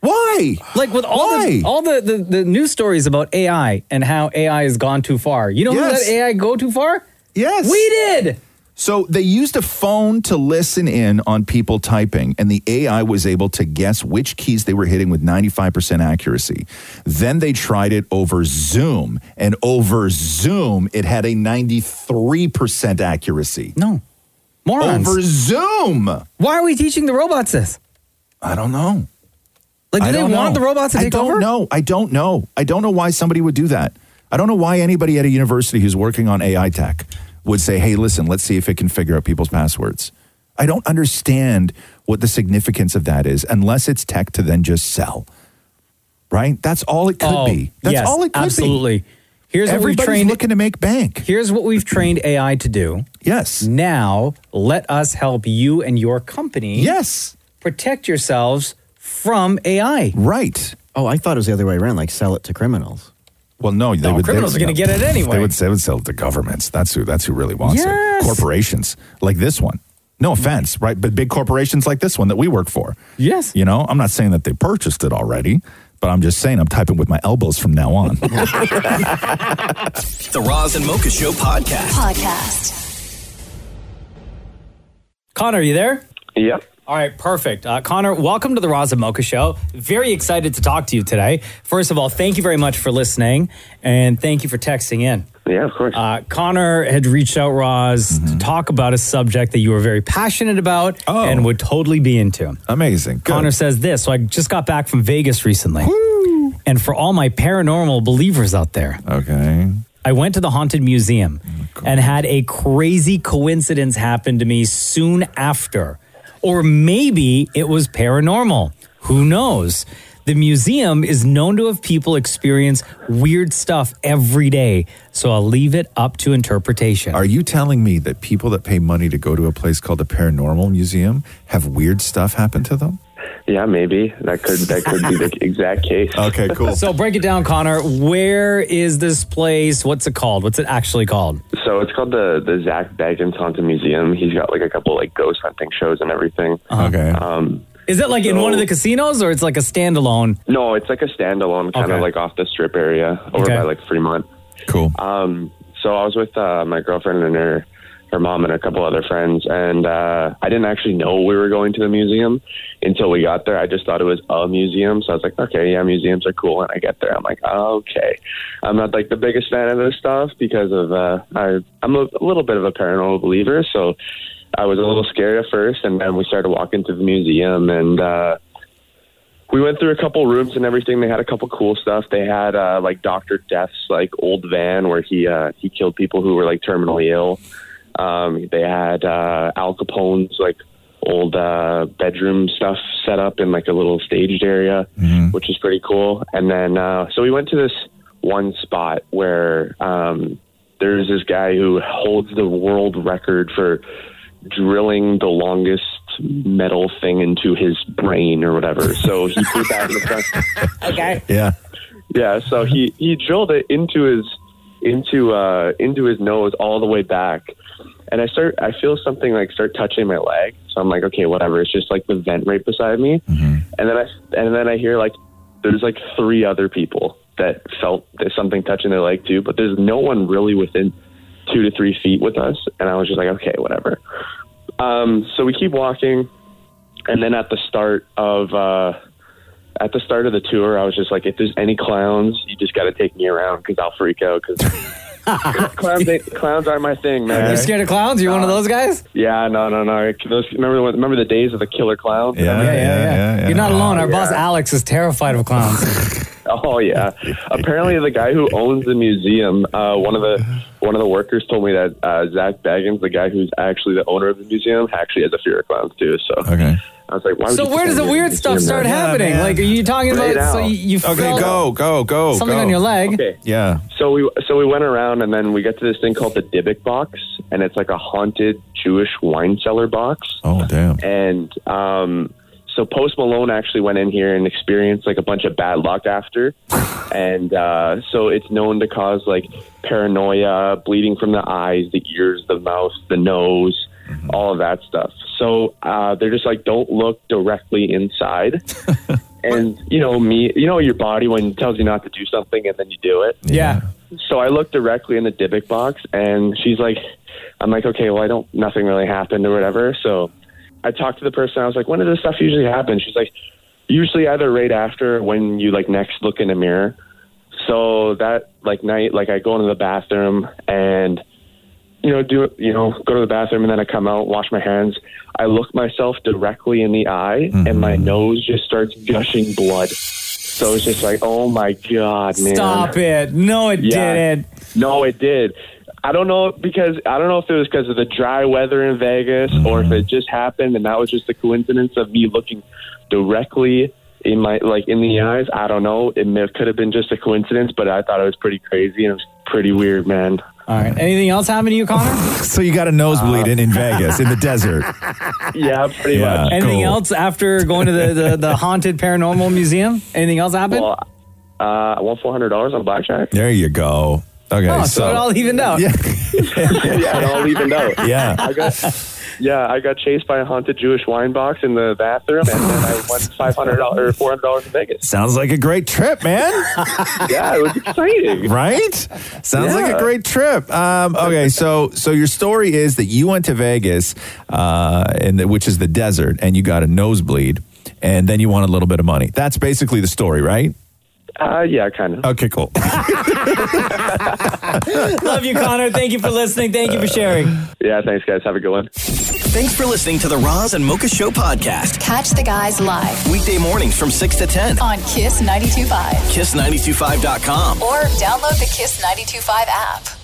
Why? Like with all Why? the all the, the the news stories about AI and how AI has gone too far. You know Yes. who let AI go too far? Yes. we did. So they used a phone to listen in on people typing, and the AI was able to guess which keys they were hitting with 95% accuracy. Then they tried it over Zoom, and over Zoom, it had a 93% accuracy. No. Morons. Over Zoom. Why are we teaching the robots this? I don't know. Like, do I they don't want know. the robots to I take don't over? know. I don't know. I don't know why somebody would do that. I don't know why anybody at a university who's working on AI tech would say, "Hey, listen, let's see if it can figure out people's passwords." I don't understand what the significance of that is, unless it's tech to then just sell. Right? That's all it could Oh, be. That's yes, all it could absolutely. be. Here's what we've Everybody's trained- looking to make bank. Here's what we've trained AI to do. Yes. Now, let us help you and your company. Yes. Protect yourselves from AI. Right. Oh, I thought it was the other way around. Like sell it to criminals. Well, no, they No, would, criminals they would- are gonna get it anyway. They would, they would sell it to governments. That's who. That's who really wants Yes. it. Corporations like this one. No offense, right? But big corporations like this one that we work for. Yes. You know, I'm not saying that they purchased it already, but I'm just saying I'm typing with my elbows from now on. The Roz and Mocha Show podcast. Podcast. Connor, are you there? Yep. All right, perfect. Uh, Connor, welcome to the Raza Mocha Show. Very excited to talk to you today. First of all, thank you very much for listening and thank you for texting in. Yeah, of course. Uh, Connor had reached out, Roz, to talk about a subject that you were very passionate about and would totally be into. Amazing. Connor says this So I just got back from Vegas recently. And for all my paranormal believers out there, okay. Oh I went to the Haunted Museum and had a crazy coincidence happen to me soon after. Or maybe it was paranormal. Who knows? The museum is known to have people experience weird stuff every day. So I'll leave it up to interpretation. Are you telling me that people that pay money to go to a place called a paranormal museum have weird stuff happen to them? Yeah, maybe that could that could be the exact case. Okay, So break it down, Connor. Where is this place? What's it called? What's it actually called? So it's called the the Zach Baggins Haunted Museum. He's got like a couple like ghost hunting shows and everything. Okay. Um, Is it like in one of the casinos or it's like a standalone? no, it's like a standalone kind of Okay. like off the strip area over Okay. by like Fremont. Cool. Um, so I was with uh, my girlfriend and her her mom and a couple other friends, and uh, I didn't actually know we were going to the museum until we got there. I just thought it was a museum, so I was like, okay, yeah, museums are cool. And I get there, I'm like, okay, I'm not like the biggest fan of this stuff because of uh, I I'm a, a little bit of a paranormal believer, so I was a little scared at first, and then we started walking to the museum, and uh, we went through a couple rooms and everything. They had a couple cool stuff. They had uh, like Doctor Death's like old van where he uh, he killed people who were like terminally ill. Um, they had uh, Al Capone's like old uh, bedroom stuff set up in like a little staged area, which is pretty cool. And then uh, so we went to this one spot where um, there's this guy who holds the world record for drilling the longest metal thing into his brain or whatever. So he threw that in the front. Okay. Yeah. Yeah. So he he drilled it into his into uh into his nose all the way back, and I start I feel something like start touching my leg. So I'm like, okay, whatever. It's just like the vent right beside me, and then I and then I hear like there's like three other people that felt there's something touching their leg too, but there's no one really within two to three feet with us, and I was just like, okay, whatever. Um, so we keep walking, and then at the start of uh, at the start of the tour, I was just like, if there's any clowns, you just got to take me around because I'll freak out because clowns ain't- clowns aren't my thing, man. Uh, You're scared of clowns? You're one of those guys? Yeah, no, no, no. Those, remember, remember the days of the killer clowns? Yeah, yeah, yeah. You're not alone. Our boss Yeah. Alex is terrified of clowns. Oh yeah. Apparently, the guy who owns the museum, uh, one of the one of the workers told me that uh, Zach Baggins, the guy who's actually the owner of the museum, actually has a fear of clowns too. So okay. I was like, why? would so you where put does the that in weird museum, stuff start man? happening? like, are you talking Right about? so now. you, you Okay, felt go, go, go, Something go. on your leg. Okay. Yeah. So we so we went around and then we got to this thing called the Dybbuk box, and it's like a haunted Jewish wine cellar box. Oh damn! And um, so Post Malone actually went in here and experienced like a bunch of bad luck after, and uh, so it's known to cause like paranoia, bleeding from the eyes, the ears, the mouth, the nose, Mm-hmm. all of that stuff. So uh, they're just like, don't look directly inside. And you know me, you know your body when it tells you not to do something and then you do it. Yeah. so I looked directly in the Dybbuk box, and she's like, I'm like, okay, well, I don't, nothing really happened or whatever. So I talked to the person. I was like, when does this stuff usually happen? She's like, usually either right after or when you like next look in a mirror. So that like night, like I go into the bathroom and you know do you know go to the bathroom and then I come out, wash my hands. I look myself directly in the eye, and my nose just starts gushing blood. So it's just like, oh my god, man! Stop it. No, it didn't. No, it did. I don't know because I don't know if it was because of the dry weather in Vegas or if it just happened and that was just a coincidence of me looking directly in my like in the eyes. I don't know. It may, could have been just a coincidence, but I thought it was pretty crazy and it was pretty weird, man. All right. Anything else happened to you, Connor? So you got a nosebleed in, in Vegas in the desert. Yeah, pretty Yeah, much. Anything else after going to the, the, the haunted paranormal museum? Anything else happened? Well, uh, I won four hundred dollars on blackjack. There you go. Okay, Oh, so, so, it all evened out. Yeah. yeah, it all evened out. Yeah. I got. Yeah, I got chased by a haunted Jewish wine box in the bathroom, and then I won five hundred dollars or four hundred dollars in Vegas. sounds like a great trip, man. yeah, it was exciting, right? Sounds like Yeah. a great trip. Um, okay, so so your story is that you went to Vegas, uh, and the, which is the desert, and you got a nosebleed, and then you want a little bit of money. That's basically the story, right? Uh, yeah, kind of. Okay, cool. Love you, Connor. Thank you for listening. Thank you for sharing. Yeah, thanks, guys. Have a good one. Thanks for listening to the Roz and Mocha Show podcast. Catch the guys live Weekday mornings from 6 to 10. on Kiss 92.5 Kiss925.com. or download the Kiss 92.5 app.